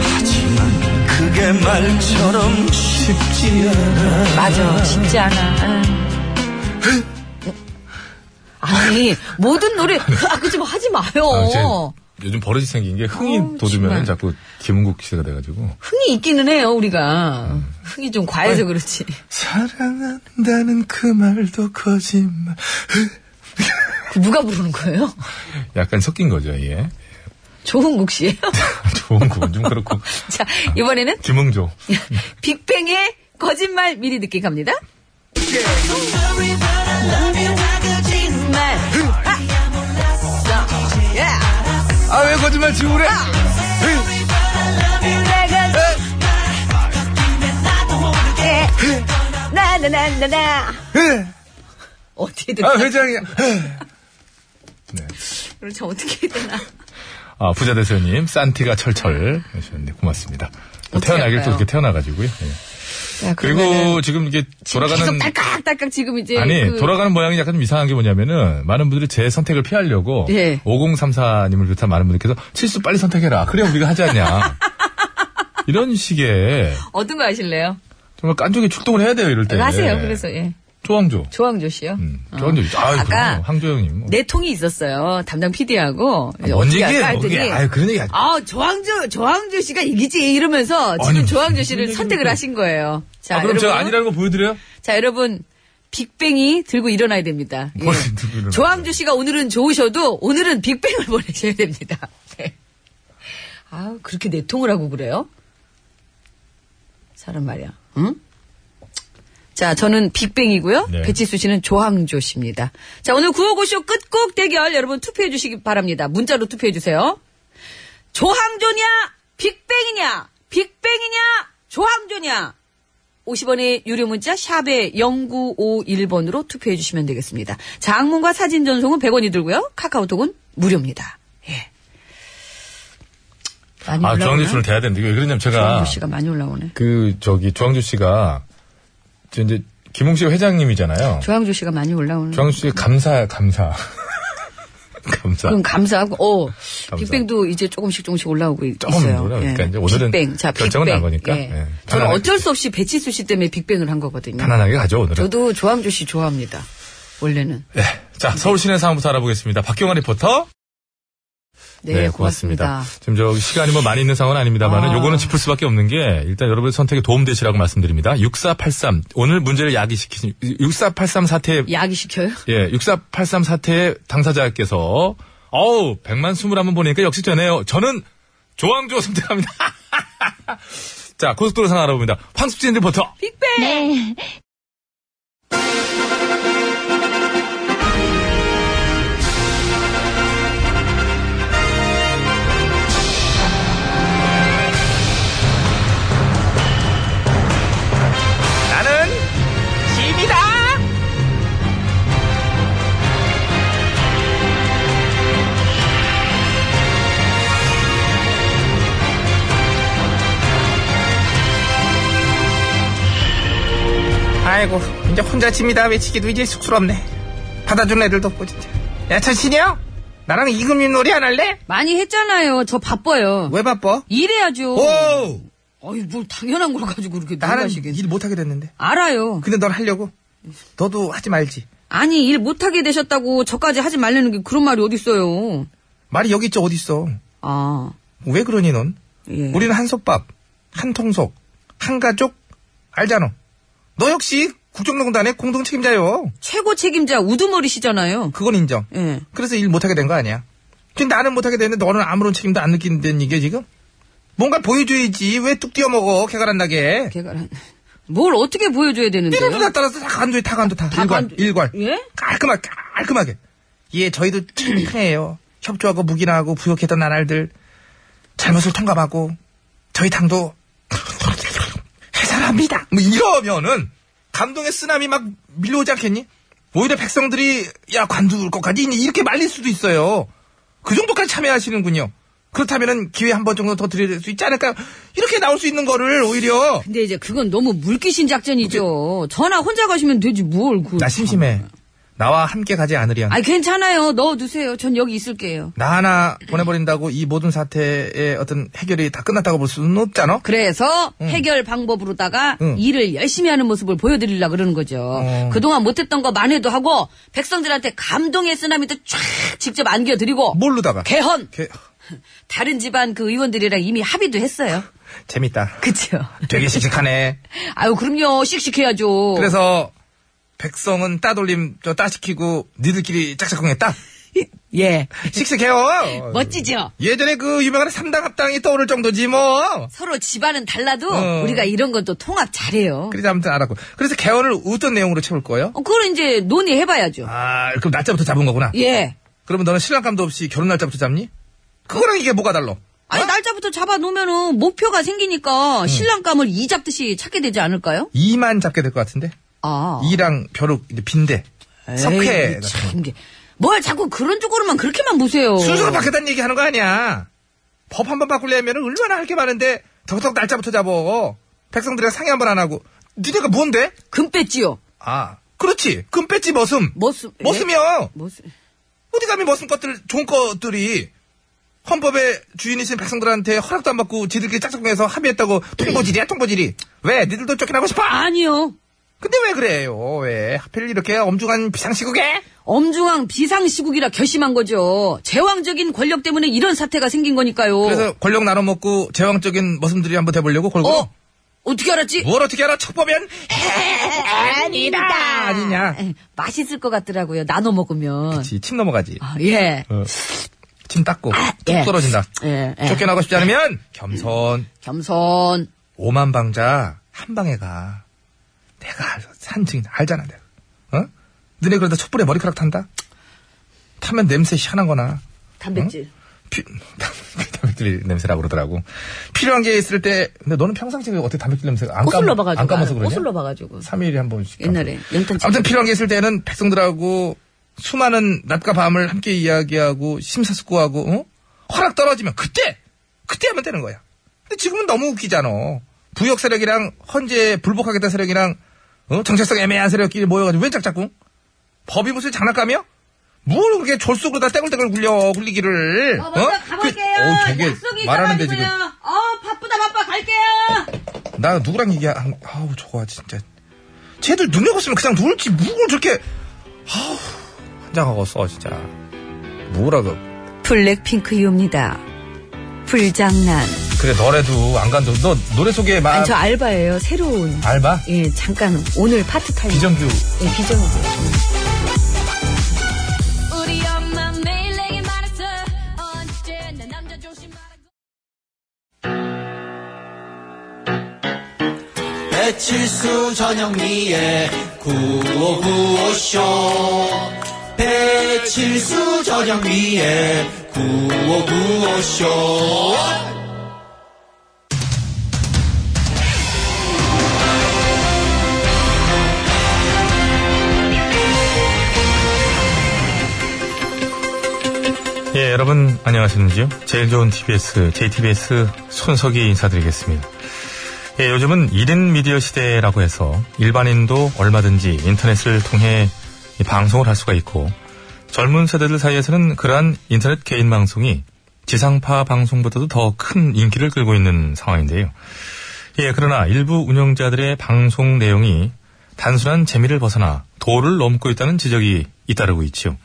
G: 하지만 그게 말처럼 쉽지 않아
B: 맞아. 쉽지 않아. 아니, 모든 노래, 아, 그지 뭐 하지
A: 아, 이제
B: 마요.
A: 요즘 버릇이 생긴 게 흥이
B: 아우, 정말.
A: 돋으면 자꾸 김은국 씨가 돼가지고
B: 흥이 있기는 해요, 우리가. 흥이 좀 과해서 그렇지.
F: 사랑한다는 그 말도 거짓말.
B: 그 누가 부르는 거예요?
A: 약간 섞인 거죠, 예.
B: 조흥국 씨예요?
A: [LAUGHS]
B: [LAUGHS]
A: 좋은 구분 좀 그렇고
B: 자, 이번에는
A: 김흥조.
B: 빅뱅의 거짓말 미리 듣기 갑니다.
G: Everybody
I: 아 왜 거짓말 치고 그래?
B: 아.
A: 아.
B: 나나나나나. 어떻게
I: 아 회장이야.
B: 그럼 저 어떻게 해야 되나?
A: 아, 부자 대표님, 산티가 철철 하셨는데 고맙습니다. 뭐 태어나길 또
B: 할까요?
A: 이렇게 태어나가지고요. 예.
B: 야,
A: 그리고 지금 이게
B: 계속
A: 돌아가는
B: 딸깍딸깍 지금 이제
A: 아니
B: 그-
A: 돌아가는 모양이 약간 좀 이상한 게 뭐냐면은 많은 분들이 제 선택을 피하려고
B: 예.
A: 5034님을 비롯한 많은 분들께서 실수 빨리 선택해라 그래 우리가 하지 않냐 [LAUGHS] 이런 식의
B: 어떤 거 하실래요?
A: 정말 깐족이 출동을 해야 돼요 이럴 때
B: 하세요. 그래서 예.
A: 조항조
B: 조항조 씨요.
A: 네. 음, 조항조 아
B: 아까 네,
A: 그럼 황조영님 뭐.
B: 내 통이 있었어요. 담당 PD하고.
A: 아, 뭔 얘기예요 그게. 아유, 그런 얘기 아니-
B: 아, 조항조, 조항조 씨가 이기지, 이러면서 지금
A: 아니,
B: 조항조
A: 무슨
B: 씨를
A: 얘기를
B: 선택을
A: 또-
B: 하신 거예요. 자,
A: 아, 그럼
B: 여러분.
A: 제가 아니라는 거 보여드려요?
B: 자, 여러분. 빅뱅이 들고 일어나야 됩니다. 예.
A: 뭘 들고 일어나요?
B: 조항조 씨가 오늘은 좋으셔도 오늘은 빅뱅을 [LAUGHS] 보내셔야 됩니다. 네. 아우, 그렇게 내통을 하고 그래요? 사람 말이야. 응? 자, 저는 빅뱅이고요.
A: 네.
B: 배치수 씨는 조항조 씨입니다. 자, 오늘 구호고쇼 끝곡 대결 여러분 투표해 주시기 바랍니다. 문자로 투표해 주세요. 조항조냐? 빅뱅이냐? 빅뱅이냐? 조항조냐? 50원의 유료 문자 샵에 0951번으로 투표해 주시면 되겠습니다. 장문과 사진 전송은 100원이 들고요. 카카오톡은 무료입니다. 예. 많이
A: 아
B: 올라오나?
A: 조항조 씨를 대야 되는데 왜 그러냐면 제가
B: 조항조 씨가 많이 올라오네.
A: 그 저기 조항조 씨가 저 이제 김홍식 회장님이잖아요
B: 조항조 씨가 많이 올라오네.
A: 조항조 씨 감사 감사 [LAUGHS] 감사
B: 그럼 감사하고, 어,
A: 감사.
B: 빅뱅도 이제 조금씩 조금씩 올라오고 있-
A: 조금
B: 있어요. 예.
A: 올라오니까 이제 오늘은
B: 빅뱅. 자,
A: 결정은
B: 빅뱅.
A: 난 거니까. 예.
B: 저는
A: 편안하게.
B: 어쩔 수 없이 배치수 씨 때문에 빅뱅을 한 거거든요.
A: 편안하게 가죠 오늘은
B: 저도 조항조 씨 좋아합니다. 원래는.
A: 네. 자 서울 시내 상황부터 알아보겠습니다 박경환 리포터
B: 네,
A: 지금 저 시간이 뭐 많이 있는 상황은 아닙니다만
B: 아.
A: 은 요거는 짚을 수밖에 없는 게 일단 여러분의 선택에 도움되시라고 말씀드립니다 6483 오늘 문제를 야기시키신 6483 사태
B: 야기 시켜요?
A: 예, 6483 사태의 당사자께서, 어우, 100만 21번 보니까 역시 되네요. 저는 조항조 선택합니다. [LAUGHS] 자, 고속도로 상황 알아봅니다. 황숙진 리포터.
D: 아이고 이제 혼자 집니다 외치기도 이제 쑥스럽네 받아준 애들도 없고 진짜 야 천신이야 나랑 이금희 놀이 안 할래?
B: 많이 했잖아요. 저 바빠요.
D: 왜 바빠?
B: 일해야죠.
D: 오
B: 아유, 뭘 당연한 걸 가지고 그렇게
D: 나는
B: 놀라시겠
D: 일 못하게 됐는데
B: 알아요.
D: 근데 넌 하려고 너도 하지 말지
B: 아니, 일 못하게 되셨다고 뭐 저까지 하지 말라는 게 그런 말이 어딨어요.
D: 말이 여기 있죠 어디 있어
B: 아,
D: 왜 그러니 넌
B: 예.
D: 우리는 한솥밥 한통속 한가족 알잖아 너 역시 국정농단의 공동 책임자요
B: 최고 책임자 우두머리시잖아요.
D: 그건 인정
B: 예.
D: 그래서 일 못하게 된 거 아니야. 근데 나는 못하게 됐는데 너는 아무런 책임도 안 느낀다는 얘기야, 지금? 뭔가 보여줘야지. 왜 뚝 뛰어먹어, 개가란 나게.
B: 걔가 뭘 어떻게 보여줘야 되는데요?
D: 삐리도 다 따라서 다 간도해, 다 간도 다.
B: 다
D: 일괄,
B: 간도-
D: 일괄.
B: 예?
D: 깔끔하게, 네 깔끔하게. 예, 저희도 참 큰애예요. 협조하고 묵인하고 부역했던 나날들. 잘못을 통감하고, 저희 당도 해산합니다. 뭐 이러면은, 감동의 쓰나미 막 밀려오지 않겠니? 오히려 백성들이, 야, 관두을 것까지 이렇게 말릴 수도 있어요. 그 정도까지 참여하시는군요. 그렇다면은 기회 한 번 정도 더 드릴 수 있지 않을까요? 이렇게 나올 수 있는 거를 오히려
B: 근데 이제 그건 너무 물귀신 작전이죠. 전화 혼자 가시면 되지 뭘 그.
D: 나 심심해. 나와 함께 가지 않으렴.
B: 아니 괜찮아요. 넣어 두세요. 전 여기 있을게요.
D: 나 하나 보내버린다고 이 모든 사태의 어떤 해결이 다 끝났다고 볼 수는 없잖아.
B: 그래서 해결 방법으로다가
D: 응. 어.
B: 일을 열심히 하는 모습을 보여드리려 그러는 거죠. 그동안 못했던 거 만회도 하고 백성들한테 감동의 쓰나미도 쫙 직접 안겨드리고
D: 모르다가.
B: 개헌
D: 개-
B: 다른 집안 그 의원들이랑 이미 합의도 했어요.
D: 재밌다.
B: 그쵸?
D: 되게
B: [LAUGHS]
D: 씩씩하네.
B: 아유 그럼요. 씩씩해야죠.
D: 그래서 백성은 따돌림 저 따시키고 니들끼리 짝짝꿍했다.
B: 예.
D: 씩씩해요.
B: 멋지죠?
D: 예전에 그 유명한 삼당 합당이 떠오를 정도지 뭐.
B: 서로 집안은 달라도
D: 어.
B: 우리가 이런 건 또 통합 잘해요.
D: 그래서 아무튼 알았고. 그래서 개헌을 어떤 내용으로 채울 거예요?
B: 어, 그걸 이제 논의해봐야죠.
D: 아, 그럼 날짜부터 잡은 거구나.
B: 예.
D: 그러면 너는 신랑감도 없이 결혼 날짜부터 잡니? 그거랑 이게 뭐가 달라?
B: 아니, 날짜부터 잡아놓으면은 목표가 생기니까 신랑감을 이 잡듯이 찾게 되지 않을까요?
D: 2만 잡게 될 것 같은데?
B: 아.
D: 어. 이랑 벼룩, 이제 빈대. 석회. 음.
B: 에이, 참, 이게. 뭘 자꾸 그런 쪽으로만 그렇게만 보세요.
D: 순서가 바뀌었다는 얘기 하는 거 아니야. 법 한 번 바꾸려면 얼마나 할 게 많은데, 더더욱 날짜부터 잡어. 백성들이랑 상의 한 번 안 하고. 니네가 뭔데?
B: 금 뺐지요.
D: 아, 그렇지. 금 뺐지, 머슴.
B: 머슴. 예?
D: 머슴이요.
B: 무슨.
D: 어디 가면 머슴 것들, 좋은 것들이. 헌법의 주인이신 백성들한테 허락도 안 받고 지들끼리 짝짝꿍해서 합의했다고 통보질이야, 통보질이. 왜? 니들도 쫓겨나고 싶어?
B: 아니요.
D: 근데 왜 그래요? 왜? 하필 이렇게 엄중한 비상시국에?
B: 엄중한 비상시국이라 결심한 거죠. 제왕적인 권력 때문에 이런 사태가 생긴 거니까요.
D: 그래서 권력 나눠 먹고 제왕적인 머슴들이 한번 돼보려고 골고
B: 어? 어떻게 알았지?
D: 뭘 어떻게 알아? 척 보면
B: 아니다.
D: 아니냐?
B: 맛있을 것 같더라고요. 나눠 먹으면.
D: 그치, 침 넘어가지.
B: 아, 예.
D: 침 닦고 툭
B: 예.
D: 떨어진다.
B: 예, 예.
D: 쫓겨나고 싶지 않으면 겸손
B: 겸손.
D: 오만 방자 한 방에 가. 내가 알- 산증인 알잖아 내가. 어? 너네 그러다 촛불에 머리카락 탄다. 타면 냄새 희한한 거나
B: 단백질.
D: 피- [LAUGHS] 단백질 냄새라고 그러더라고. 필요한 게 있을 때 근데 너는 평상시에 어떻게 단백질 냄새 안
B: 고슬러
D: 까먹
B: 봐가지고.
D: 안 까먹어서 그러냐?
B: 고슬러 봐가지고.
D: 3일에 한 번씩.
B: 옛날에
D: 가서.
B: 연탄집.
D: 아무튼 필요한 게 있을 때는 백성들하고 수많은 낮과 밤을 함께 이야기하고 심사숙고하고 어? 허락 떨어지면 그때 그때 하면 되는 거야. 근데 지금은 너무 웃기잖아. 부역 세력이랑 헌재에 불복하겠다 세력이랑 어? 정체성 애매한 세력끼리 모여가지고 왜 짝짝꿍? 법이 무슨 장난감이야? 뭘 그렇게 졸속으로 다 떼굴떼굴 굴려 굴리기를
C: 어, 먼저 가볼게요.
D: 그, 어우, 저게
C: 약속이
D: 말하는데
C: 있어가지고요.
D: 지금
C: 어, 바쁘다, 바빠. 갈게요.
D: 나 누구랑 얘기한 아우 저거 진짜 쟤들 능력 없으면 그냥 누울지 누굴 저렇게 아우 환장하고 써 진짜 뭐라 그
B: 블랙핑크유입니다. 불장난.
D: 그래 너래도 안 간다 너 노래 소개 마
B: 아니, 저 알바예요. 새로운.
D: 알바
B: 예, 잠깐 오늘 파트타임.
D: 이정규
B: 예, 비정규.
K: 우리 엄마 매일 내게 말했어 언제나 남자 조심하라고
G: 배칠수 전영미의 구호구호쇼 배칠수 전영미의 구호구호쇼
A: 예, 여러분 안녕하시는지요? 제일 좋은 TBS, JTBS 손석희 인사드리겠습니다. 예, 요즘은 1인 미디어 시대라고 해서 일반인도 얼마든지 인터넷을 통해 이 방송을 할 수가 있고 젊은 세대들 사이에서는 그러한 인터넷 개인 방송이 지상파 방송보다도 더 큰 인기를 끌고 있는 상황인데요. 예, 그러나 일부 운영자들의 방송 내용이 단순한 재미를 벗어나 도를 넘고 있다는 지적이 잇따르고 있지요.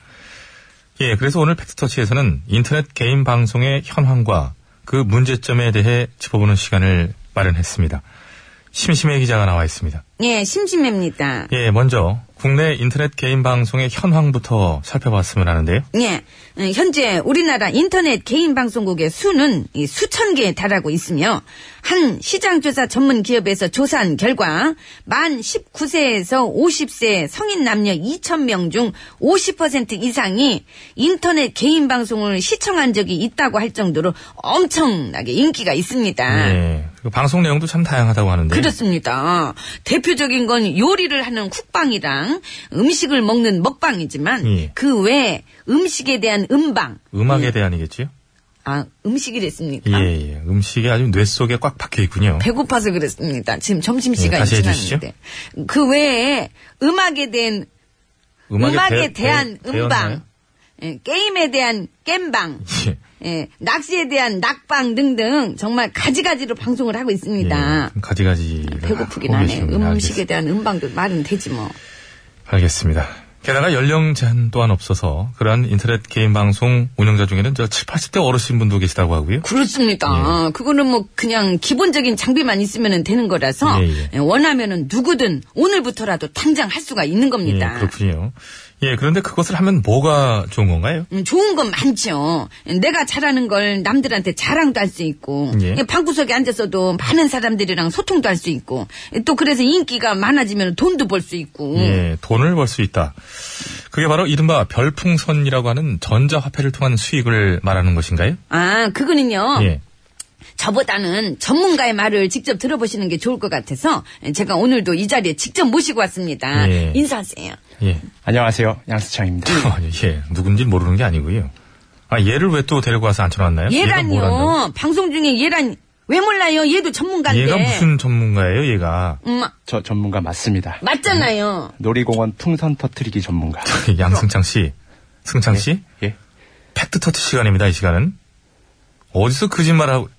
A: 예, 그래서 오늘 팩스터치에서는 인터넷 개인 방송의 현황과 그 문제점에 대해 짚어보는 시간을 마련했습니다. 심심해 기자가 나와 있습니다.
J: 예, 심심합니다.
A: 예, 먼저 국내 인터넷 개인 방송의 현황부터 살펴봤으면 하는데요.
J: 예, 어, 현재 우리나라 인터넷 개인 방송국의 수는 이 수천 개에 달하고 있으며 한 시장조사 전문 기업에서 조사한 결과 만 19세에서 50세 성인 남녀 2천 명 중 50% 이상이 인터넷 개인 방송을 시청한 적이 있다고 할 정도로 엄청나게 인기가 있습니다.
A: 예, 그리고 방송 내용도 참 다양하다고 하는데.
J: 아. 그렇습니다. 대표적인 건 요리를 하는 쿡방이랑 음식을 먹는 먹방이지만
A: 예.
J: 그 외에 음식에 대한 음방,
A: 음악에 대한이겠지요?
J: 아 음식이랬습니까?
A: 예, 예. 음식이 아주 뇌 속에 꽉 박혀 있군요.
J: 배고파서 그랬습니다. 지금 점심 시간이
A: 예, 다시 해주시죠.
J: 지났는데 그 외에 음악에 대한 음악에, 대한
A: [LAUGHS]
J: 음방, 예, 게임에 대한 겜방,
A: 예.
J: 예, 낚시에 대한 낙방 등등 정말 가지가지로 방송을 하고 있습니다.
A: 좀 예, 가지가지.
J: 배고프긴 아. 하네.
A: 요
J: 음식에 대한 음방도 말은 되지 뭐.
A: 알겠습니다. 게다가 연령 제한 또한 없어서 그러한 인터넷 개인 방송 운영자 중에는 저 7, 80대 어르신 분도 계시다고 하고요. 예.
B: 그렇습니까? 그거는 뭐 그냥 기본적인 장비만 있으면 되는 거라서
A: 예, 예.
B: 예, 원하면은 누구든 오늘부터라도 당장 할 수가 있는
A: 예,
B: 겁니다.
A: 그렇군요. 예, 그런데 그것을 하면 뭐가 좋은 건가요?
B: 음, 좋은 건 많죠. 내가 잘하는 걸 남들한테 자랑도 할 수 있고,
A: 예.
B: 예, 방구석에 앉아서도 많은 사람들이랑 소통도 할 수 있고, 예, 또 그래서 인기가 많아지면 돈도 벌 수 있고.
A: 예, 돈을 벌 수 있다. 그게 바로 이른바 별풍선이라고 하는 전자화폐를 통한 수익을 말하는 것인가요?
B: 아,
J: 어.
B: 그거는요.
A: 예.
B: 저보다는 전문가의 말을 직접 들어보시는 게 좋을 것 같아서 제가 오늘도 이 자리에 직접 모시고 왔습니다.
A: 예.
B: 인사하세요.
A: 예. [LAUGHS]
L: 안녕하세요. 양수창입니다.
H: 음.
A: 아니, 예. 누군지 모르는 게 아니고요. 아, 얘를 왜 또 데리고 와서 앉혀놨나요? 얘가 뭘 한다고?
B: 얘란요. 뭐 방송 중에 얘란 왜 몰라요? 얘도 전문가인데.
J: 예.
A: 얘가 무슨 전문가예요, 얘가?
B: 음,
L: [LAUGHS] 저 전문가 맞습니다.
B: 맞잖아요.
L: 놀이공원 풍선 터트리기 전문가.
A: 양승창 씨, 승창 씨,
L: 예.
A: 팩트 터치 시간입니다. 이 시간은 어디서 거짓말하고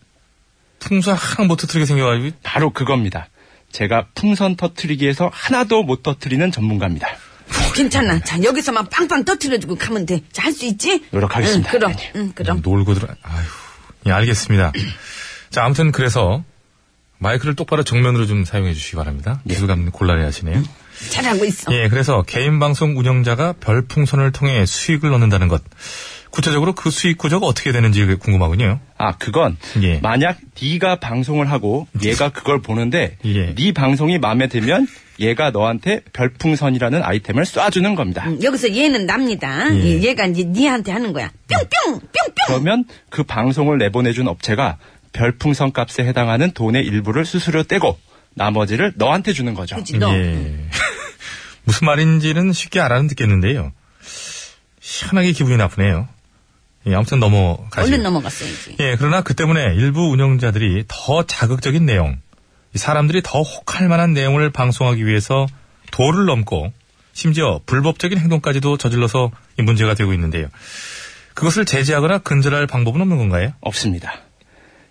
A: 풍선 하나 못 터뜨리게 생겨가지고
L: 바로 그겁니다. 제가 풍선 터트리기에서 하나도 못 터트리는 전문가입니다.
B: 어, 괜찮아. 자, 여기서만 빵빵 떠트려주고 가면 돼. 자, 할 수 있지?
L: 노력하겠습니다,
B: 응, 그럼.
L: 회장님.
B: 응, 그럼.
A: 음, 놀고 들어. 아휴, 예, 알겠습니다. 자, 아무튼 그래서 마이크를 똑바로 정면으로 좀 사용해 주시기 바랍니다. 기술감님 곤란해 하시네요.
B: 잘하고 예. 음, 있어.
A: 예, 그래서 개인 방송 운영자가 별풍선을 통해 수익을 얻는다는 것. 구체적으로 그 수익 구조가 어떻게 되는지 궁금하군요.
L: 아, 그건
A: 예.
L: 만약 네가 방송을 하고 얘가 그걸 보는데
A: 예.
L: 네 방송이 마음에 들면 얘가 너한테 별풍선이라는 아이템을 쏴주는 겁니다.
B: 음, 여기서 얘는 납니다.
A: 예.
B: 예, 얘가 이제 니한테 하는 거야. 뿅뿅! 뿅뿅!
L: 그러면 그 방송을 내보내준 업체가 별풍선 값에 해당하는 돈의 일부를 수수료 떼고 나머지를 너한테 주는 거죠.
B: 그치, 너.
A: 예. [LAUGHS] 무슨 말인지는 쉽게 알아듣겠는데요. 희한하게 기분이 나쁘네요. 예, 아무튼 넘어가죠.
B: 얼른 넘어갔어야지.
A: 예, 그러나 그 때문에 일부 운영자들이 더 자극적인 내용, 이 사람들이 더 혹할 만한 내용을 방송하기 위해서 도를 넘고 심지어 불법적인 행동까지도 저질러서 이 문제가 되고 있는데요. 그것을 제재하거나 근절할 방법은 없는 건가요?
L: 없습니다.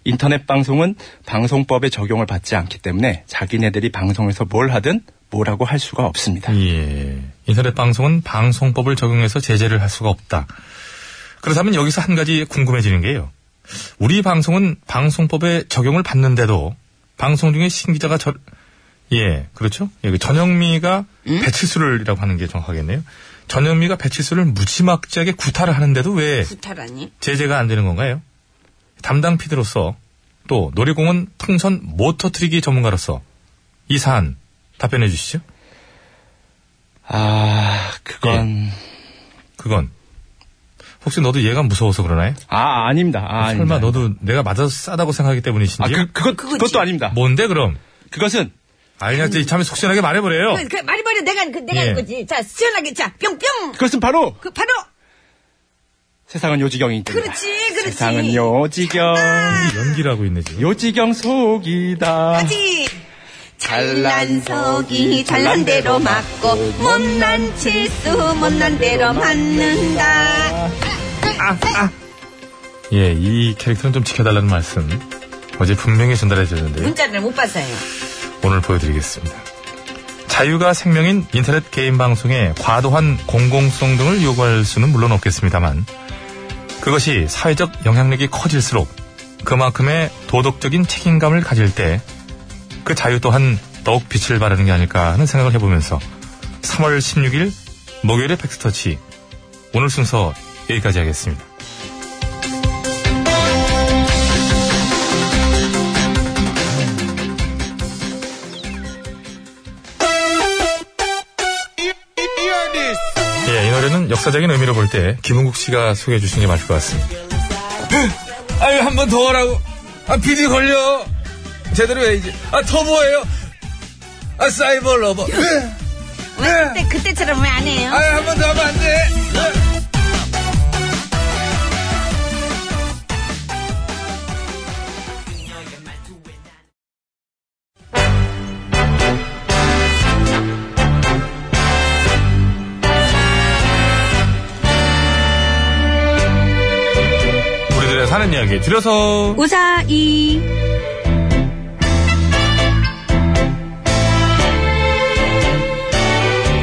L: 인터넷 방송은 방송법의 적용을 받지 않기 때문에 자기네들이 방송에서 뭘 하든 뭐라고 할 수가 없습니다.
A: 예. 인터넷 방송은 방송법을 적용해서 제재를 할 수가 없다. 그렇다면 여기서 한 가지 궁금해지는 게요. 우리 방송은 방송법의 적용을 받는데도 방송 중에 신기자가 저, 예, 그렇죠? 예, 그 전영미가 배치수를이라고 하는 게 정확하겠네요. 전영미가 배치수를 무지막지하게 구타를 하는데도 왜
B: 구타라니.
A: 제재가 안 되는 건가요? 담당 피디로서 또 놀이공원 풍선 못 터트리기 전문가로서 이 사안 답변해 주시죠.
L: 아, 그건
A: 예. 그건 혹시 너도 얘가 무서워서 그러나요?
L: 아 아닙니다. 아,
A: 설마
L: 아닙니다.
A: 너도 내가 맞아서 싸다고 생각하기 때문이신지?
L: 아, 그, 그것, 그것도 아닙니다.
A: 뭔데 그럼?
L: 그것은
A: 아, 그냥 참 속시원하게 말해버려요.
B: 그, 그, 말이 버려. 내가, 그, 내가
A: 예.
B: 한 거지. 자, 시원하게. 자, 뿅뿅!
L: 그것은 바로
B: 그, 바로!
L: 세상은 요지경이 있다.
B: 그렇지, 그렇지. 아.
L: 세상은 요지경,
A: 이게 연기를 하고 있네 지금.
L: 요지경 속이다.
B: 하지! 잘난 속이 잘난 대로 맞고, 못난 실수 못난 대로 맞는다.
A: 예, 이 캐릭터는 좀 지켜달라는 말씀 어제 분명히 전달해 드렸는데
B: 문자를 못 봤어요.
A: 오늘 보여드리겠습니다. 자유가 생명인 인터넷 개인 방송에 과도한 공공성 등을 요구할 수는 물론 없겠습니다만 그것이 사회적 영향력이 커질수록 그만큼의 도덕적인 책임감을 가질 때 그 자유 또한 더욱 빛을 발하는 게 아닐까 하는 생각을 해보면서 3월 16일 목요일의 팩스터치 오늘 순서 여기까지 하겠습니다. 예, 이 노래는 역사적인 의미로 볼 때 김은국 씨가 소개해 주신 게 맞을 것 같습니다.
I: [LAUGHS] 아유, 한 번 더 하라고. 아, 비디 걸려. 제대로 해, 이제. 아, 터보예요. 아, 사이버 러버.
B: 왜 그때, 그때처럼 왜 안 해요?
I: 아유, 한 번 더 하면 안 돼.
A: 우리들의 사는 이야기 줄여서
B: 우사이.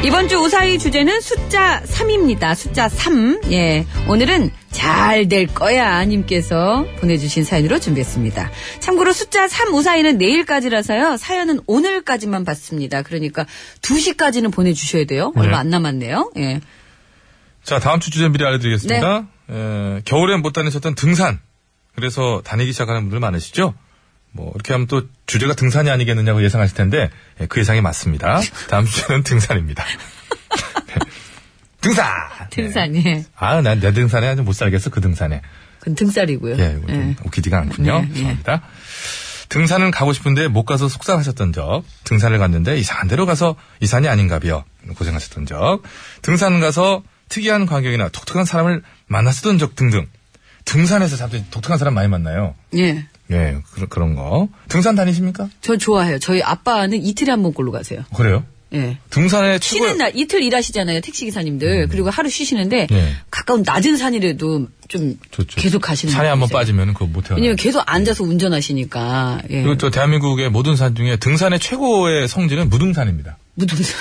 B: 이번 주 조사의 주제는 숫자 3입니다. 숫자 3. 예. 오늘은 잘 될 거야 님께서 보내주신 사연으로 준비했습니다. 참고로 숫자 3 우사에는 내일까지라서요. 사연은 오늘까지만 받습니다. 그러니까 2시까지는 보내주셔야 돼요. 얼마 안 남았네요. 예.
A: 자, 다음 주 주제 미리 알려드리겠습니다. 에, 겨울엔 못 다니셨던 등산. 그래서 다니기 시작하는 분들 많으시죠? 뭐, 이렇게 하면 또 주제가 등산이 아니겠느냐고 예상하실 텐데, 예, 그 예상이 맞습니다. 다음 주제는 등산입니다. [LAUGHS] 네. 등산!
B: 등산, 예.
A: 아, 난 내 등산에 아주 못 살겠어, 그 등산에.
B: 그건 등살이고요.
A: 예, 이거 좀 웃기지가 않군요.
B: 네, 예.
A: 죄송합니다. 등산은 가고 싶은데 못 가서 속상하셨던 적, 등산을 갔는데 이상한 데로 가서 이 산이 아닌가비요. 고생하셨던 적, 등산 가서 특이한 광경이나 독특한 사람을 만났었던 적 등등. 등산에서 사람들이 독특한 사람 많이 만나요.
B: 예.
A: 예, 그, 그런 거. 등산 다니십니까?
B: 저 좋아해요. 저희 아빠는 이틀에 한 번꼴로 가세요.
A: 그래요?
B: 예.
A: 등산의 최고
B: 쉬는 날 이틀 일하시잖아요 택시기사님들 그리고 하루 쉬시는데
A: 음. 예.
B: 가까운 낮은 산이라도 좀
A: 좋죠.
B: 계속 가시는
A: 산에
B: 분이
A: 한번
B: 있어요.
A: 빠지면 그거 못 해요.
B: 왜냐면 계속 앉아서 운전하시니까 예.
A: 그리고 저 대한민국의 모든 산 중에 등산의 최고의 성지는 무등산입니다.
B: 무등산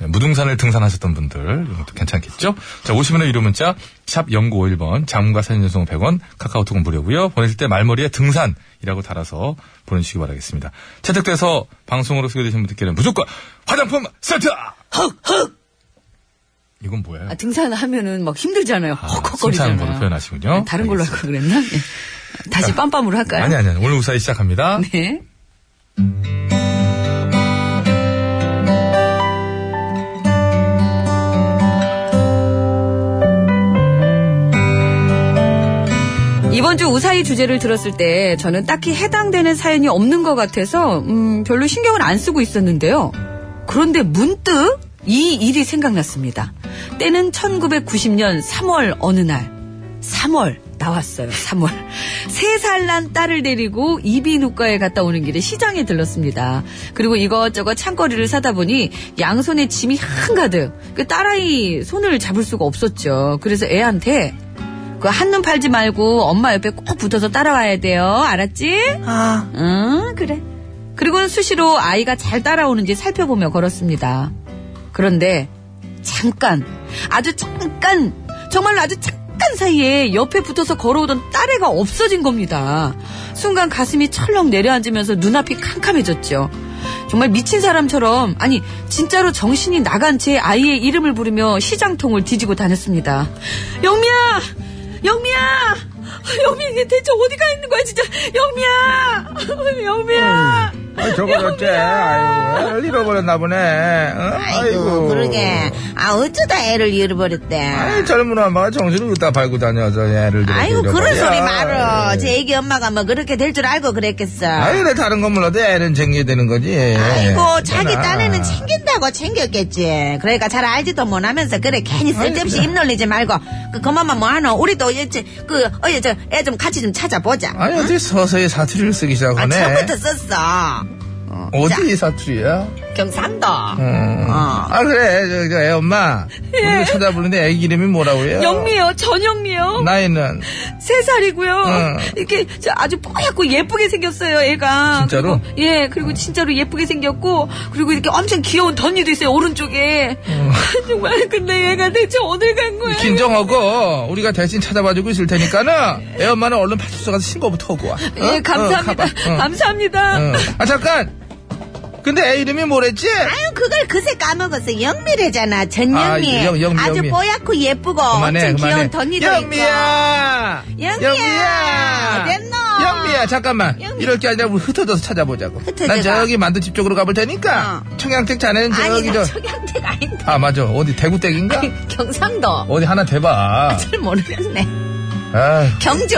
A: 네, 무등산을 등산하셨던 분들 이것도 괜찮겠죠? 자 50원의 유료 문자 샵 0951번 장문과 사진 전송 100원 카카오톡은 무료고요. 보내실 때 말머리에 등산이라고 달아서 보내주시기 바라겠습니다. 채택돼서 방송으로 소개되신 분들께는 무조건 화장품 세트! 이건 뭐예요?
B: 아, 등산하면은 막 힘들잖아요
A: 숨차는 걸로
B: 헉헉거리잖아요
A: 표현하시군요.
B: 다른 걸로 할걸 그랬나 예. 다시 빰빰으로 할까요
A: 아니 아니 아니. 오늘 우사히 시작합니다.
B: 네 이번 주 우사히 주제를 들었을 때 저는 딱히 해당되는 사연이 없는 것 같아서 음, 별로 신경을 안 쓰고 있었는데요. 그런데 문득 이 일이 생각났습니다. 때는 1990년 3월 어느 날 3월 나왔어요. 3월. [LAUGHS] 세 살 난 딸을 데리고 이비인후과에 갔다 오는 길에 시장에 들렀습니다. 그리고 이것저것 창거리를 사다 보니 양손에 짐이 한가득. 그 딸아이 손을 잡을 수가 없었죠. 그래서 애한테 그 한눈 팔지 말고 엄마 옆에 꼭 붙어서 따라와야 돼요. 알았지?
D: 아,
B: 응, 그래. 그리고 수시로 아이가 잘 따라오는지 살펴보며 걸었습니다. 그런데 잠깐, 아주 잠깐, 정말로 아주 잠깐 사이에 옆에 붙어서 걸어오던 딸애가 없어진 겁니다. 순간 가슴이 철렁 내려앉으면서 눈앞이 캄캄해졌죠. 정말 미친 사람처럼, 아니, 진짜로 정신이 나간 채 아이의 이름을 부르며 시장통을 뒤지고 다녔습니다. 영미야! 영미야! 영미야, 얘 대체 어디가 있는 거야, 진짜! 영미야! [LAUGHS] 영미야!
D: 저거 어째? 아이고, 잃어버렸나 보네.
G: 아이고, 그러게. 아, 어쩌다 애를 잃어버렸대.
D: 아이, 젊은 엄마가 정신을 그따 밟고 다녀서 얘를 들어.
G: 아이고, 그런 소리
B: 아, 예.
G: 말어. 제 애기 엄마가 뭐 그렇게 될 줄 알고 그랬겠어.
D: 아유, 내 다른 건 몰라도 애는 챙겨야 되는 거지.
B: 예.
G: 아이고, 자기
D: 그러나.
G: 딴에는 챙긴다고 챙겼겠지. 그러니까 잘 알지도 못하면서 그래 괜히 쓸데없이 입 놀리지 말고 그 그만만 뭐하노. 우리도 이제 그 어제 저애 좀 같이 좀 찾아보자.
D: 아니, 어디 서서히 사투리를 쓰기
G: 아,
D: 시작하네.
G: 처음부터 썼어.
D: 어디 사투리야?
G: 경상도.
D: 음.
G: 어.
D: 아, 그래. 저, 저, 애 엄마.
G: 예.
D: 우리가 찾아보는데 애기 이름이 뭐라고 해요?
B: 영미요, 전영미요.
D: 나이는?
B: 세 살이고요.
D: 응.
B: 이렇게 저 아주 뽀얗고 예쁘게 생겼어요,
G: 아,
B: 애가.
D: 진짜로?
B: 그리고, 예, 그리고 진짜로 예쁘게 생겼고, 그리고 이렇게 엄청 귀여운 덧니도 있어요, 오른쪽에.
D: 어.
B: [LAUGHS] 정말, 근데 얘가 대체 어딜 간 거야?
D: 긴정하고 우리가 대신 찾아봐주고 있을 테니까는 애 엄마는 얼른派出所가서 신고부터 하고 와. 어?
B: 예, 감사합니다.
D: 어, 가봐. 어.
B: 감사합니다.
D: 어. 아 잠깐. 근데 애 이름이 뭐랬지?
G: 아유 그걸 그새 까먹었어. 영미래잖아. 전영미.
D: 아, 영- 영미,
G: 아주
D: 영미.
G: 뽀얗고 예쁘고 엄청 귀여운 덧니도
D: 영미야.
G: 영미야. 어땠노?
D: 영미야 잠깐만.
G: 영미.
D: 이럴 게 아니라 우리 흩어져서 찾아보자고.
G: 흩어져가.
D: 난 저기 만두집 쪽으로 가볼 테니까. 청양택 자네는
G: 있고. 어. 아니
D: 저기
G: 나
D: 저.
G: 청양대가 아닌데 [LAUGHS]
D: 아 맞아. 어디 대구댁인가?
G: 경상도.
D: 어디 하나 대봐.
G: 잘 모르겠네.
D: 아휴.
G: 경주.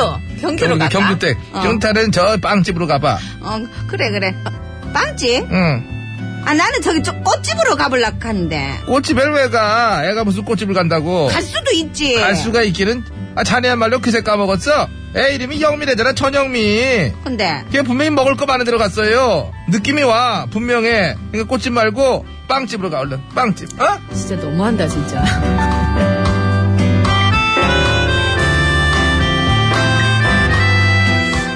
D: 경주,
G: 경주로 가봐.
D: 경주댁.
G: 어.
D: 경탈은 저 빵집으로 가봐.
G: 어, 그래 그래. 빵집?
D: 응.
G: 아 나는 저기 저 꽃집으로 가볼라 하는데.
D: 꽃집을 왜 가? 애가 무슨 꽃집을 간다고?
G: 갈 수도 있지.
D: 갈 수가 있기는 아 자네야말로 그새 까먹었어. 애 이름이 영미래잖아 전영미.
G: 근데
D: 걔 분명히 먹을 거 많이 들어갔어요. 느낌이 와 분명해. 그러니까 꽃집 말고 빵집으로 가 얼른 빵집. 어?
B: 진짜 너무한다, 진짜.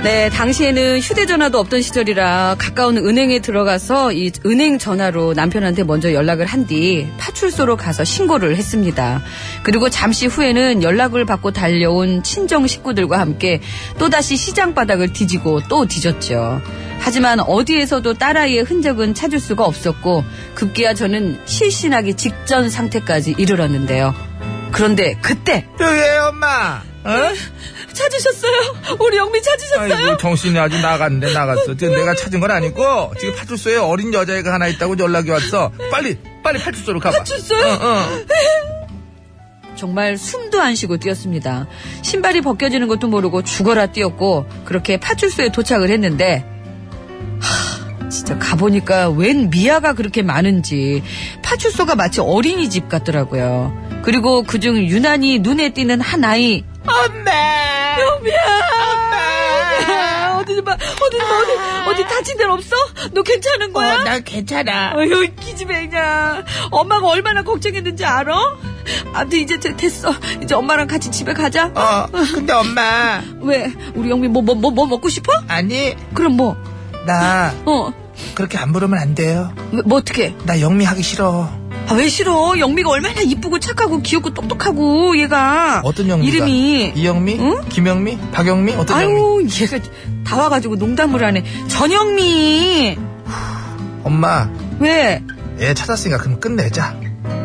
B: 네, 당시에는 휴대전화도 없던 시절이라 가까운 은행에 들어가서 이 은행 전화로 남편한테 먼저 연락을 한 뒤 파출소로 가서 신고를 했습니다. 그리고 잠시 후에는 연락을 받고 달려온 친정 식구들과 함께 또다시 시장 바닥을 뒤지고 또 뒤졌죠. 하지만 어디에서도 딸아이의 흔적은 찾을 수가 없었고 급기야 저는 실신하기 직전 상태까지 이르렀는데요. 그런데 그때
D: 왜 엄마? 어?
B: 찾으셨어요? 우리 영미 찾으셨어요?
D: 아이고 정신이 아주 나갔는데 나갔어. 지금 내가 찾은 건 아니고 지금 파출소에 어린 여자애가 하나 있다고 연락이 왔어. 빨리 빨리 파출소로 가봐.
B: 파출소요?
D: 어, 어.
B: 정말 숨도 안 쉬고 뛰었습니다. 신발이 벗겨지는 것도 모르고 죽어라 뛰었고 그렇게 파출소에 도착을 했는데 하, 진짜 가보니까 웬 미아가 그렇게 많은지 파출소가 마치 어린이집 같더라고요. 그리고 그중 유난히 눈에 띄는 한 아이
D: 엄마.
B: 영미야 어디 좀 봐. 어디 좀 봐. 어디 어디 다친 데는 없어? 너 괜찮은 거야?
D: 나 괜찮아.
B: 아유 기집애 그냥 엄마가 얼마나 걱정했는지 알아? 아무튼 이제 되- 됐어 이제 엄마랑 같이 집에 가자
D: 어 근데 엄마
B: 왜 우리 영미 뭐 뭐 뭐 뭐 먹고 싶어?
D: 아니
B: 그럼 뭐?
D: 나
B: 어?
D: 그렇게 안 부르면 안 돼요.
B: 왜- 뭐 어떻게?
D: 나 영미 하기 싫어.
B: 아, 왜 싫어? 영미가 얼마나 이쁘고 착하고 귀엽고 똑똑하고 얘가
D: 어떤 영미가?
B: 이름이
D: 이영미?
B: 응?
D: 김영미? 박영미? 어떤 영미?
B: 아유 얘가 다 와가지고 농담을 하네 전영미
D: 엄마
B: 왜?
D: 애 찾았으니까 그럼 끝내자.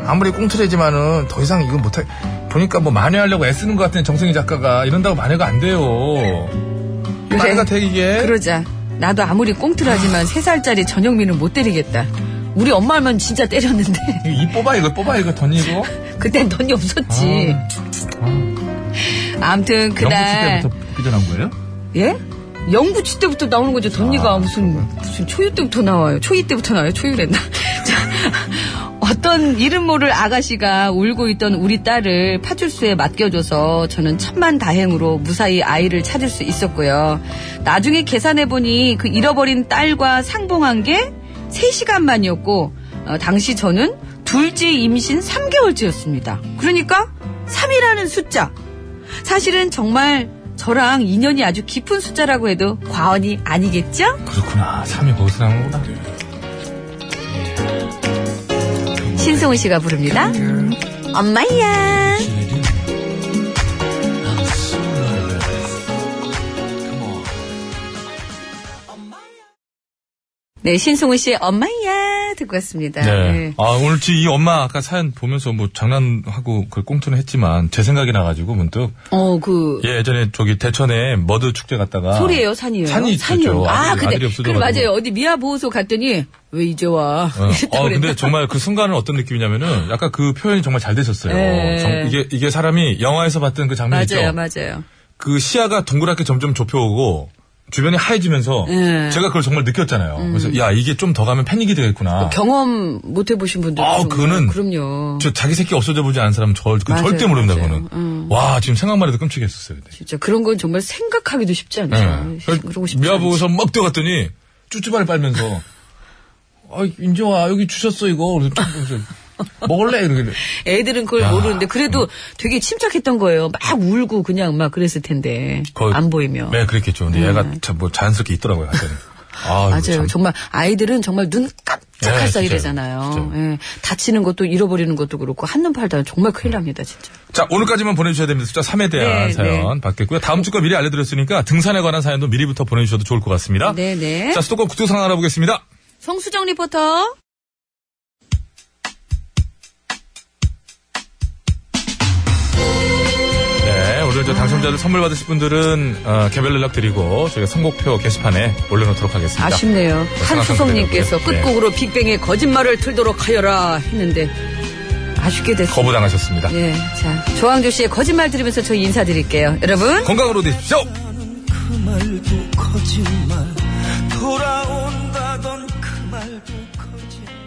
D: 아무리 꽁트레지만은 더 이상 이건 못할.
A: 보니까 뭐 만회하려고 애쓰는 것 같은 정승희 작가가 이런다고 만회가 안 돼요. 만회가 돼 이게.
B: 그러자 나도 아무리 꽁틀하지만 세살짜리 전영미는 못 때리겠다 우리 엄마만 진짜 때렸는데
A: 이 뽑아 이거 뽑아 이거 던지고.
B: 그땐 돈이 없었지. 아무튼 [LAUGHS] 그날
A: 아. 영국 때부터 삐져난 거예요?
B: 예? 영구치 때부터 나오는 거죠.
A: 아.
B: 돈니가 무슨 무슨 초유 때부터 나와요. 초이 때부터 나와요. 초유랬나? [LAUGHS] 자, 어떤 이름 모를 아가씨가 울고 있던 우리 딸을 파출소에 맡겨줘서 저는 천만 다행으로 무사히 아이를 찾을 수 있었고요. 나중에 계산해 보니 그 잃어버린 딸과 상봉한 게 3시간 만이었고 어, 당시 저는 둘째 임신 3개월째였습니다. 그러니까 3이라는 숫자 사실은 정말 저랑 인연이 아주 깊은 숫자라고 해도 과언이 아니겠죠?
A: 그렇구나. 3이 거기서 나온 거구나.
B: 그러니까. 신승훈 씨가 부릅니다.
C: 엄마야.
B: 네, 신승훈 씨의 엄마야 듣고 왔습니다.
A: 네.
B: 네.
A: 아, 오늘 이 엄마 아까 사연 보면서 뭐 장난하고 그 꽁트는 했지만 제 생각이 나가지고 문득
B: 어, 그
A: 예, 예전에 저기 대천에 머드 축제 갔다가
B: 소리예요, 산이에요?
A: 산이 있었죠.
B: 산이요. 아,
A: 아들이-
B: 근데
A: 아들이
B: 그
A: 없어져가지고.
B: 맞아요. 어디 미아 보호소 갔더니 왜 이제 와?
A: 어,
B: [LAUGHS] 이랬다고
A: 어,
B: 그랬나?
A: 근데 정말 그 순간은 어떤 느낌이냐면은 약간 그 표현이 정말 잘 되셨어요.
B: 네.
A: 정- 이게 이게 사람이 영화에서 봤던 그 장면 있죠.
B: 맞아요, 맞아요.
A: 그 시야가 동그랗게 점점 좁혀오고 주변이 하얘지면서
B: 예. 음.
A: 제가 그걸 정말 느꼈잖아요. 그래서 야 이게 좀 더 가면 패닉이 되겠구나.
B: 그 경험 못 해보신 분들.
A: 아, 그거는
B: 그럼요.
A: 저 자기 새끼 없어져 보지 않은 사람은 절, 그
B: 맞아요,
A: 절대 모릅니다,
B: 맞아요.
A: 그거는.
B: 음.
A: 와, 지금 생각만 해도 끔찍했었어요. 그때. 예.
B: 진짜 그런 건 정말 생각하기도 쉽지 않죠.
A: 그래서
B: 그러고 싶지
A: 네. 미아
B: 않죠.
A: 보고서 막 뛰어갔더니 쭈쭈발을
B: [LAUGHS]
A: 빨면서 아, 인정아, 여기 주셨어, 이거. 그래서 쭈- 그래서 먹을래?
B: [LAUGHS]
A: 이러길래.
B: 애들은 그걸 모르는데
A: 음.
B: 그래도 되게 침착했던 거예요. 막 울고 그냥 막 그랬을 텐데
A: 거의-
B: 안 보이면.
A: 네, 그랬겠죠. 근데 얘가 참 뭐 자연스럽게 있더라고요, 하여튼. 아, 이거
B: 맞아요.
A: 참.
B: 정말 아이들은 정말 눈 깜짝할
A: 네,
B: 사이래잖아요.
A: 진짜요.
B: 예. 다치는 것도 잃어버리는 것도 그렇고 한눈 팔다 큰일 납니다 진짜.
A: 자, 오늘까지만 보내주셔야 됩니다. 숫자 3에 대한
B: 네,
A: 사연 받겠고요. 다음 주 거 미리 알려드렸으니까 등산에 관한 사연도 미리부터 보내주셔도 좋을 것 같습니다.
B: 네네.
A: 자, 수도권 국토 상황 알아보겠습니다.
B: 성수정 리포터.
A: 네, 오늘 저 당첨자를 선물 받으실 분들은 어, 개별 연락 드리고 저희가 선곡표 게시판에 올려놓도록 하겠습니다.
B: 아쉽네요. 한수성님께서
A: 네.
B: 끝곡으로 빅뱅의 거짓말을 틀도록 하여라 했는데 아쉽게 됐어요.
A: 거부당하셨습니다.
B: 예, 자 조항조 씨의 거짓말 들으면서 저희 인사드릴게요. 여러분.
A: 건강으로 되십시오.
I: 그 말도 거짓말 돌아온다던 그 말도 거짓말